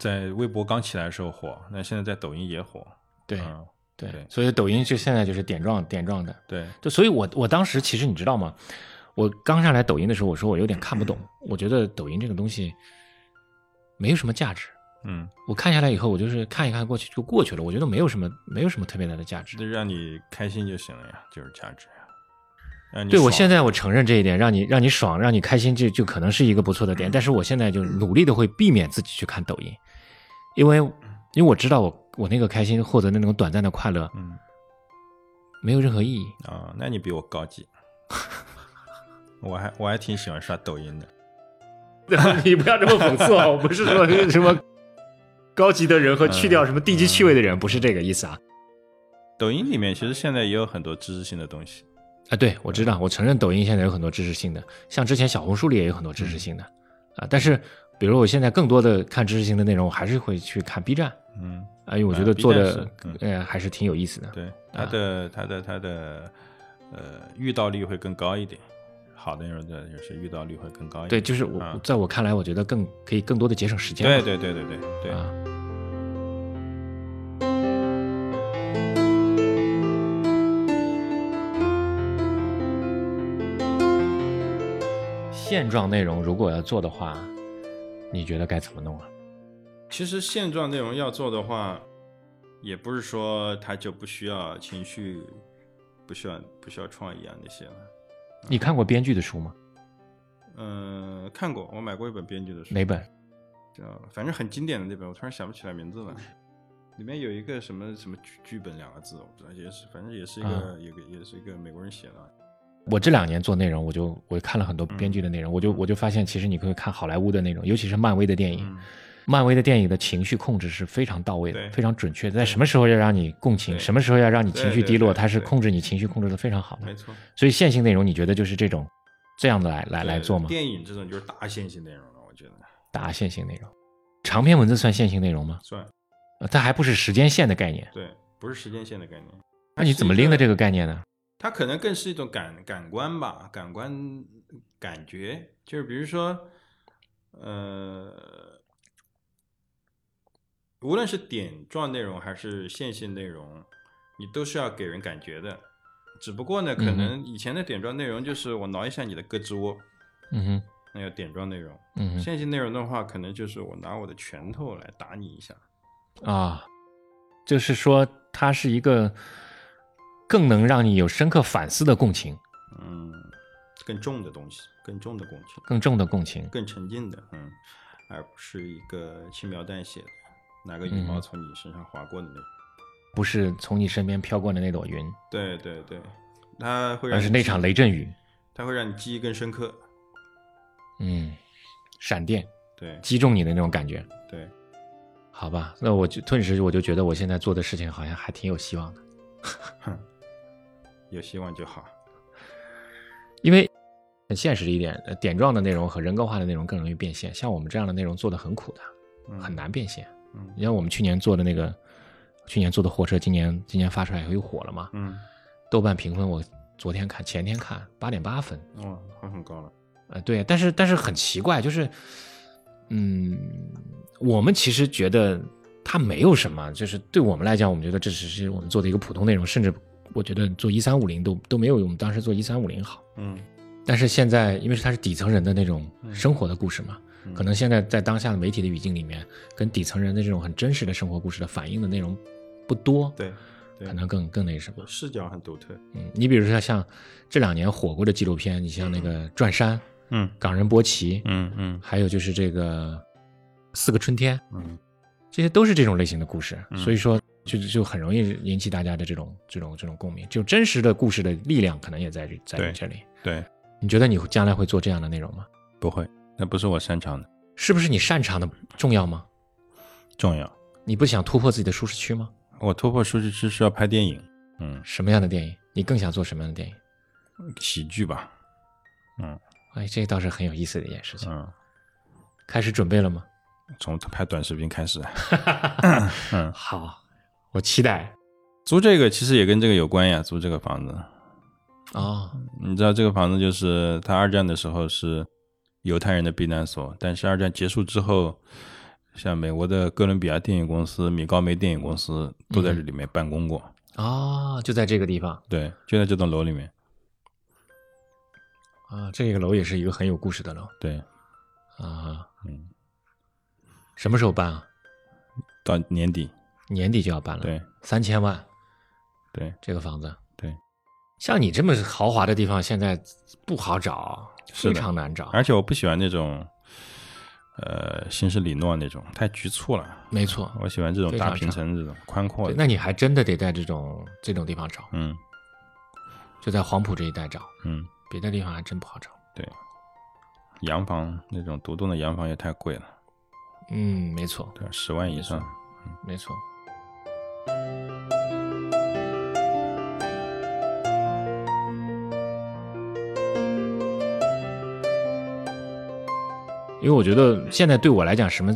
A: 在微博刚起来的时候火，那现在在抖音也火，
B: 对
A: 嗯
B: 对
A: 对，
B: 所以抖音就现在就是点状点状的，
A: 对，
B: 就所以我我当时其实你知道吗？我刚上来抖音的时候，我说我有点看不懂，我觉得抖音这个东西没有什么价值。
A: 嗯，
B: 我看下来以后，我就是看一看过去就过去了，我觉得没有什么没有什么特别大的价值。
A: 这让你开心就行了呀，就是价值呀。让你
B: 对我
A: 爽
B: 现在我承认这一点，让你让你爽，让你开心，这就可能是一个不错的点。但是我现在就努力的会避免自己去看抖音，因为因为我知道我我那个开心获得那种短暂的快乐
A: 嗯
B: 没有任何意义。
A: 啊，那你比我高级， 我还我还挺喜欢刷抖音的。
B: 你不要这么讽刺 我，我不是说什么高级的人和
A: 去掉什
B: 么低
A: 级趣
B: 味的人，不是这个意思啊。
A: 抖音里面其实现在也有很多知识性的东西，
B: 啊，对，我知道，我承认抖音现在有很多知识性的，像之前小红书里也有很多知识性的啊。但是，比如我现在更多的看知识性的内容，我还是会去看 B 站，
A: 嗯，
B: 哎，我觉
A: 啊
B: 得
A: ，B
B: 做
A: 站
B: 的
A: 是
B: 呃还是挺有意思的。
A: 对，
B: 啊
A: 它的它的它的呃遇到率会更高一点，好的内容的就是遇到率会更高一
B: 对，嗯
A: 点。
B: 就是我、
A: 啊
B: 在我看来，我觉得更可以更多的节省时间嘛。
A: 对对对对对对，
B: 啊。现状内容如果要做的话，你觉得该怎么弄啊？
A: 其实现状内容要做的话，也不是说它就不需要情绪，不需要不需要创意啊那些了。
B: 你看过编剧的书吗？
A: 嗯、看过，我买过一本编剧的书，
B: 哪本？
A: 叫反正很经典的那本，我突然想不起来名字了。里面有一个什么什么剧剧本两个字，我不知道，也是反正也是一
B: 啊
A: 个、有个也是一个美国人写的。啊
B: 我这两年做内容，我就我看了很
A: 嗯
B: 多编剧的内容，我就我就发现，其实你可以看好莱坞的内容，尤其是漫威的电影，
A: 嗯，
B: 漫威的电影的情绪控制是非常到位的，
A: 对
B: 非常准确的，在什么时候要让你共情，
A: 对
B: 什么时候要让你情绪
A: 对对
B: 低落，
A: 对
B: 它是
A: 对
B: 控制你情绪控制的非常好
A: 没
B: 的。
A: 错，
B: 所以线性内容，你觉得就是这种这样的来来来
A: 对
B: 做吗？
A: 电影这种就是大线性内容了，我觉得
B: 打线性内容，长篇文字算线性内容吗？
A: 算
B: 呃它还不是时间线的概念，
A: 对，不是时间线的概念。
B: 那你怎么拎的这个概念呢？
A: 它可能更是一种感感官吧，感官感觉，就是比如说，呃，无论是点状内容还是线性内容，你都是要给人感觉的。只不过呢，可
B: 嗯哼
A: 能以前的点状内容就是我挠一下你的胳肢窝，
B: 嗯哼，
A: 那叫点状内容；
B: 嗯哼
A: 线性内容的话，可能就是我拿我的拳头来打你一下。
B: 啊，就是说它是一个更能让你有深刻反思的共情，
A: 嗯，更重的东西，更重的共情，
B: 更重的共情。
A: 更沉静的，嗯，而不是一个轻描淡写的拿个羽毛
B: 嗯
A: 从你身上划过的那种。
B: 不是从你身边飘过的那朵云，
A: 对对对，它会让
B: 而
A: 你
B: 是那场
A: 记
B: 雷，阵雨，
A: 它会让你记忆更深刻。
B: 嗯，闪电
A: 对
B: 击中你的那种感觉。
A: 对，
B: 好吧，那我就顿时我就觉得我现在做的事情好像还挺有希望的，
A: 有希望就好。
B: 因为很现实一点，呃点状的内容和人格化的内容更容易变现，像我们这样的内容做的很苦的，
A: 嗯、
B: 很。难变现。
A: 嗯
B: 你像我们去年做的那个，去年做的货车，今年今年发出来以后又火了嘛，
A: 嗯，
B: 豆瓣评分我昨天看前天看八点八分，
A: 哇，还很高了。
B: 呃，对，但是但是很奇怪，就是，嗯，我们其实觉得它没有什么，就是对我们来讲，我们觉得这只是我们做的一个普通内容，甚至我觉得做一三五零都都没有我们当时做一三五零好。
A: 嗯，
B: 但是现在，因为它是底层人的那种生活的故事嘛，
A: 嗯
B: 可能现在在当下的媒体的语境里面，跟底层人的这种很真实的生活故事的反映的内容不多，
A: 对，对
B: 可能更更那什么。
A: 视角很独特。
B: 嗯，你比如说像这两年火过的纪录片，你像那个《转山》
A: 嗯
B: 《港人波奇》，
A: 嗯嗯
B: 还有就是这个《四个春天》，
A: 嗯，
B: 这些都是这种类型的故事，
A: 嗯
B: 所以说就就很容易引起大家的这种这种这种共鸣。就真实的故事的力量可能也在这在
A: 对
B: 这里。
A: 对，
B: 你觉得你将来会做这样的内容吗？
A: 不会，那不是我擅长的，
B: 是不是你擅长的重要吗？
A: 重要。
B: 你不想突破自己的舒适区吗？
A: 我突破舒适区是要拍电影，嗯，
B: 什么样的电影？你更想做什么样的电影？
A: 喜剧吧，
B: 哎，这倒是很有意思的一件事情。
A: 嗯，
B: 开始准备了吗？
A: 从拍短视频开始。 嗯，
B: 好，我期待
A: 租这个其实也跟这个有关呀，租这个房子。
B: 哦，
A: 你知道这个房子就是他二战的时候是犹太人的避难所，但是二战结束之后，像美国的哥伦比亚电影公司、米高梅电影公司都
B: 嗯
A: 在这里面办公过。
B: 哦，就在这个地方
A: 对，就在这栋楼里面。
B: 啊，这个楼也是一个很有故事的楼
A: 对，
B: 啊。
A: 嗯，
B: 什么时候办啊？
A: 到年底，
B: 年底就要办了，
A: 对，
B: 三千万
A: 对
B: 这个房子，
A: 对，
B: 像你这么豪华的地方，现在不好找，
A: 是
B: 非
A: 的
B: 常难找。
A: 而且我不喜欢那种，呃，新式里诺那种，太局促了。
B: 没错，
A: 我喜欢这种
B: 非常
A: 大平层、这种宽阔
B: 对
A: 的。
B: 那你还真的得在这种这种地方找，
A: 嗯
B: 就在黄埔这一带找，
A: 嗯，
B: 别的地方还真不好找。
A: 对，洋房那种独栋的洋房也太贵了，
B: 嗯，没错，
A: 对吧？十万以上。
B: 没错。因为我觉得现在对我来讲，什么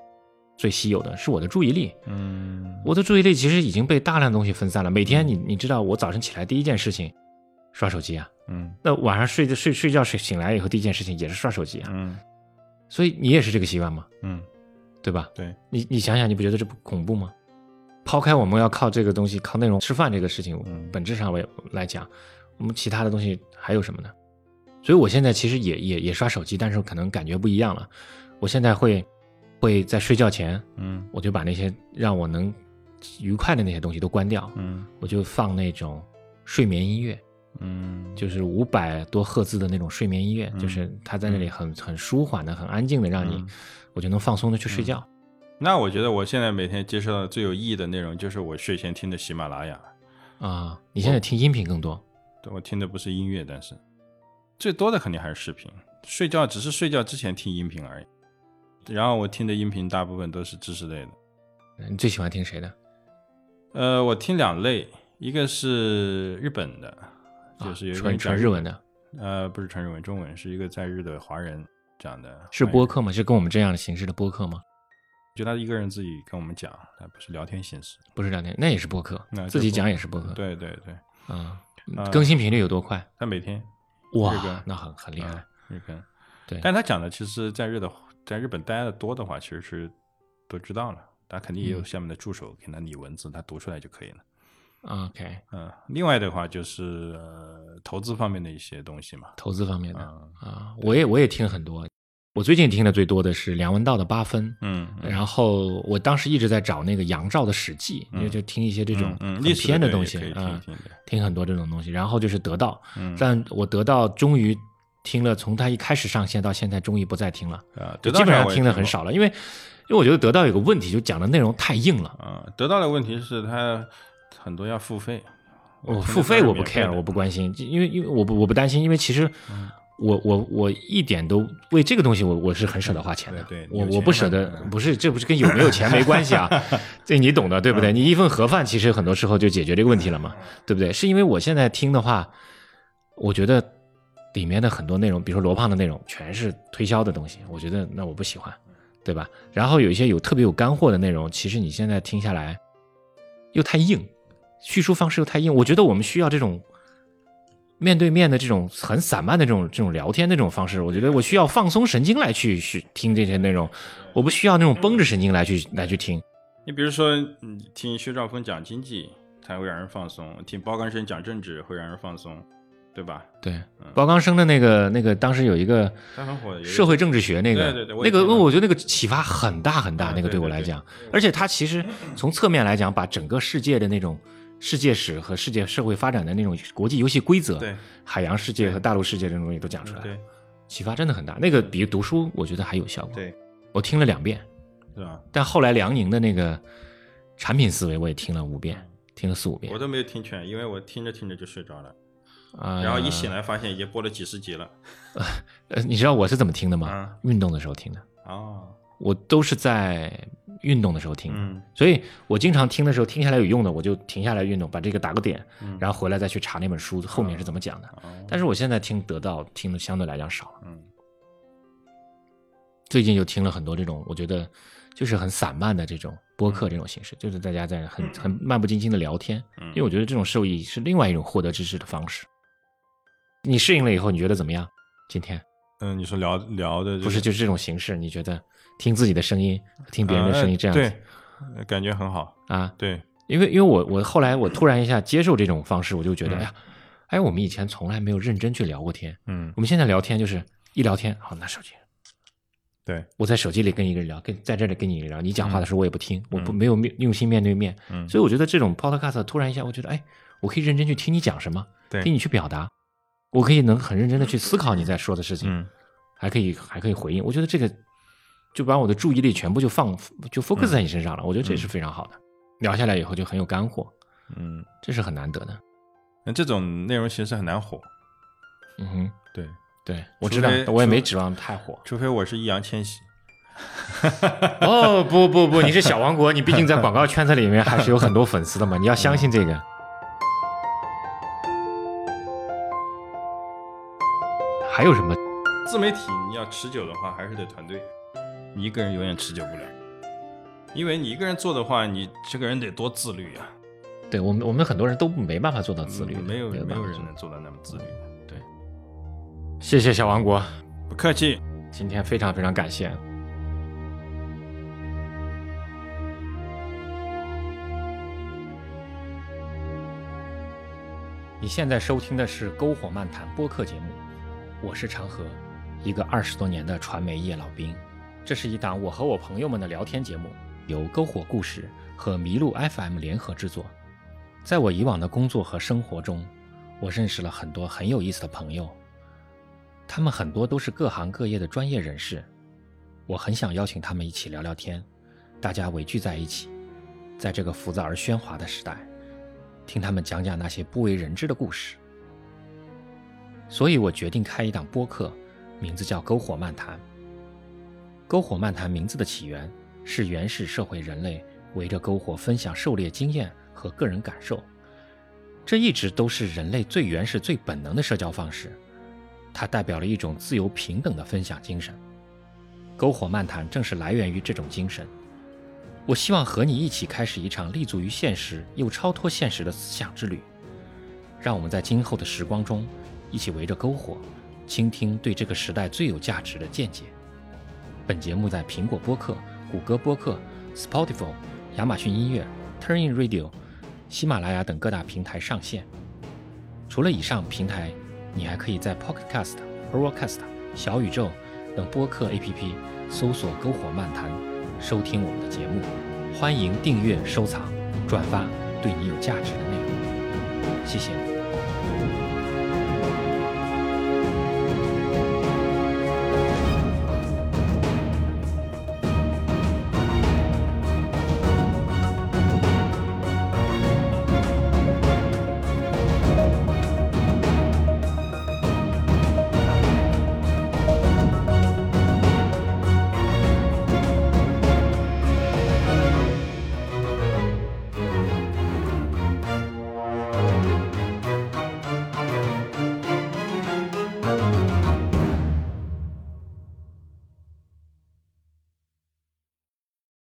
B: 最稀有的是我的注意力。
A: 嗯，
B: 我的注意力其实已经被大量的东西分散了。每天你你知道，我早晨起来第一件事情刷手机啊，
A: 嗯
B: 那晚上睡着睡睡觉睡醒来以后第一件事情也是刷手机啊，
A: 嗯
B: 所以你也是这个习惯吗？
A: 嗯，
B: 对吧？
A: 对，
B: 你你想想，你不觉得这不恐怖吗？抛开我们要靠这个东西靠内容吃饭这个事情，
A: 嗯
B: 本质上为来讲，我们其他的东西还有什么呢？所以我现在其实也也也刷手机，但是可能感觉不一样了。我现在会会在睡觉前，
A: 嗯
B: 我就把那些让我能愉快的那些东西都关掉，
A: 嗯
B: 我就放那种睡眠音乐，
A: 嗯，
B: 就是五百多赫兹的那种睡眠音乐，
A: 嗯
B: 就是它在那里很很舒缓的、很安静的，让你、
A: 嗯
B: 我就能放松的去睡觉。
A: 那我觉得我现在每天接触到的最有意义的内容，就是我睡前听的喜马拉雅。
B: 啊，你
A: 哦
B: 现在听音频更多
A: 对我听的不是音乐，但是最多的肯定还是视频。睡觉只是睡觉之前听音频而已。然后我听的音频大部分都是知识类的。
B: 你最喜欢听谁的？
A: 呃，我听两类，一个是日本的，就是有
B: 啊、
A: 一个
B: 纯
A: 人
B: 纯
A: 讲
B: 日文的，
A: 呃，不是纯日文，中文是一个在日的华人讲的，
B: 是播
A: 播，
B: 客吗？是跟我们这样的形式的播客吗？
A: 就他一个人自己跟我们讲，他不是聊天形式。
B: 不是聊天，那也是播客
A: 那，
B: 自
A: 就
B: 己
A: 播嗯
B: 讲也是播客。
A: 对对对，
B: 啊
A: 呃，
B: 嗯更新频率有多快？
A: 他每天这
B: 哇
A: 个，
B: 那很很厉害。
A: 日更，
B: 对
A: 但他讲的其实在日的在日本待的多的话，其实是都知道了，他肯定也有
B: 嗯
A: 下面的助手给他拟文字，他读出来就可以了。
B: OK，
A: 嗯，另外的话就是、呃、投资方面的一些东西嘛，
B: 投资方面的
A: 嗯
B: 啊，我也我也听很多。我最近听的最多的是梁文道的《八分》，
A: 嗯嗯
B: 然后我当时一直在找那个杨照的《史记》，
A: 嗯
B: 因为就听一些这种
A: 嗯嗯
B: 很
A: 历史
B: 偏
A: 的
B: 东
A: 对
B: 西
A: 也可以
B: 啊
A: 听一听对，
B: 听很多这种东西。然后就是得到，
A: 嗯
B: 但我得到终于听了，从他一开始上线到现在，终于不再听了，
A: 啊，
B: 就
A: 得
B: 基
A: 到
B: 本
A: 上
B: 上
A: 我也
B: 听的
A: 过
B: 很。少了，因为因为我觉得得到有个问题，就讲的内容太硬了。
A: 啊、得到的问题是他很多要付费，
B: 我
A: 听的
B: 哦付
A: 都是
B: 费我不
A: 免费
B: care，
A: 的嗯
B: 我不关心，因为因为我不我不担心，因为其实我我我一点都为这个东西我我是很舍得花钱的，
A: 对对
B: 我
A: 有
B: 我
A: 钱
B: 不舍
A: 嘛
B: 得
A: 嗯，
B: 不是这不是跟有没有钱没关系 啊，这你懂的对
A: 嗯
B: 不对？你一份盒饭其实很多时候就解决这个问题了嘛，对不对？是因为我现在听的话，我觉得里面的很多内容，比如说罗胖的内容，全是推销的东西，我觉得那我不喜欢，对吧？然后有一些有特别有干货的内容，其实你现在听下来又太硬，叙述方式又太硬，我觉得我们需要这种。面对面的这种很散漫的这种这种聊天的这种方式，我觉得我需要放松神经来去去听这些内容，我不需要那种绷着神经来去来去听。
A: 你比如说，你听薛兆丰讲经济才会让人放松，听包干生讲政治会让人放松，对吧？
B: 对，包钢生的那个那个，当时有一个
A: 他很火的有一个
B: 社会政治学那个，
A: 对对对我
B: 那
A: 也
B: 个
A: 听了
B: 我觉得那个启发很大很大，
A: 啊
B: 那个
A: 对
B: 对我
A: 对
B: 来
A: 对
B: 讲，而且他其实从侧面来讲，把整个世界的那种世界史和世界社会发展的那种国际游戏规则，
A: 对
B: 海洋世界和大陆世界这种东西都讲出来了，
A: 嗯对
B: 启发真的很大。那个比读书我觉得还有效果，
A: 对，
B: 我听了两遍。
A: 是吧？
B: 但后来梁宁的那个产品思维，我也听了五遍，听了四五遍
A: 我。都没有听全，因为我听着听着就睡着了，
B: 啊、
A: 然后一醒来发现已经播了几十集了。
B: 呃，你知道我是怎么听的吗？
A: 啊
B: 运动的时候听的，
A: 哦，
B: 我都是在运动的时候听的。
A: 嗯
B: 所以我经常听的时候，听下来有用的，我就停下来运动，把这个打个点，
A: 嗯
B: 然后回来再去查那本书后面是怎么讲的。
A: 哦，
B: 但是我现在听得到听的相对来讲少了，
A: 嗯
B: 最近就听了很多这种，我觉得就是很散漫的这种播客这种形式，就是大家在很很漫不经心的聊天。
A: 嗯，
B: 因为我觉得这种受益是另外一种获得知识的方式。你适应了以后，你觉得怎么样？今天
A: 嗯，你说聊聊的、
B: 不是就是这种形式，你觉得听自己的声音，听别人的
A: 啊
B: 声音这样子
A: 对，呃感觉很好。
B: 啊？
A: 对，
B: 因为因为我我后来我突然一下接受这种方式，我就觉得
A: 嗯
B: 哎呀，哎，我们以前从来没有认真去聊过天，
A: 嗯
B: 我们现在聊天就是一聊天，好拿手机，
A: 对，
B: 我在手机里跟一个人聊，跟在这里跟你聊，你讲话的时候我也不听，我不
A: 嗯
B: 没有面用心面对面，
A: 嗯
B: 所以我觉得这种 podcast 突然一下，我觉得哎，我可以认真去听你讲什么，
A: 对
B: 听你去表达，我可以能很认真的去思考你在说的事情，
A: 嗯
B: 还可以还可以回应，我觉得这个就把我的注意力全部就放就 focus
A: 嗯
B: 在你身上了，我觉得这是非常好的。聊下来以后就很有干货，
A: 嗯，
B: 这是很难得的。
A: 那这种内容其实很难火。
B: 嗯哼，
A: 对，
B: 对我
A: 除
B: 知道
A: 非，
B: 我也没
A: 除。
B: 指望太火
A: 除非我是易烊千玺。
B: 哦，不不不，你是小王国，你毕竟在广告圈子里面还是有很多粉丝的嘛，你要相信这个。还有什么？
A: 自媒体你要持久的话，还是得团队，你一个人永远持久不了，因为你一个人做的话，你这个人得多自律啊，
B: 对我们，我们很多人都没办法做到自律的，
A: 嗯没有
B: 办法
A: 没有人
B: 做
A: 能做到那么自律的。对，
B: 谢谢小王国，
A: 不客气，
B: 今天非常非常感谢。你现在收听的是《篝火漫谈》播客节目，我是长河，一个二十多年的传媒业老兵。这是一档我和我朋友们的聊天节目，由篝火故事和麋鹿 FM 联合制作。在我以往的工作和生活中，我认识了很多很有意思的朋友，他们很多都是各行各业的专业人士。我很想邀请他们一起聊聊天，大家围聚在一起，在这个浮躁而喧哗的时代，听他们讲讲那些不为人知的故事。所以我决定开一档播客，名字叫《篝火漫谈》。篝火漫谈名字的起源是原始社会人类围着篝火分享狩猎经验和个人感受，这一直都是人类最原始、最本能的社交方式。它代表了一种自由平等的分享精神。篝火漫谈正是来源于这种精神。我希望和你一起开始一场立足于现实又超脱现实的思想之旅，让我们在今后的时光中。一起围着篝火，倾听对这个时代最有价值的见解。本节目在苹果播客、谷歌播客、Spotify、亚马逊音乐、Turnin Radio、喜马拉雅等各大平台上线。除了以上平台，你还可以在 Pocket Cast、Overcast、小宇宙等播客 APP 搜索“篝火漫谈”，收听我们的节目。欢迎订阅、收藏、转发对你有价值的内容。谢谢你。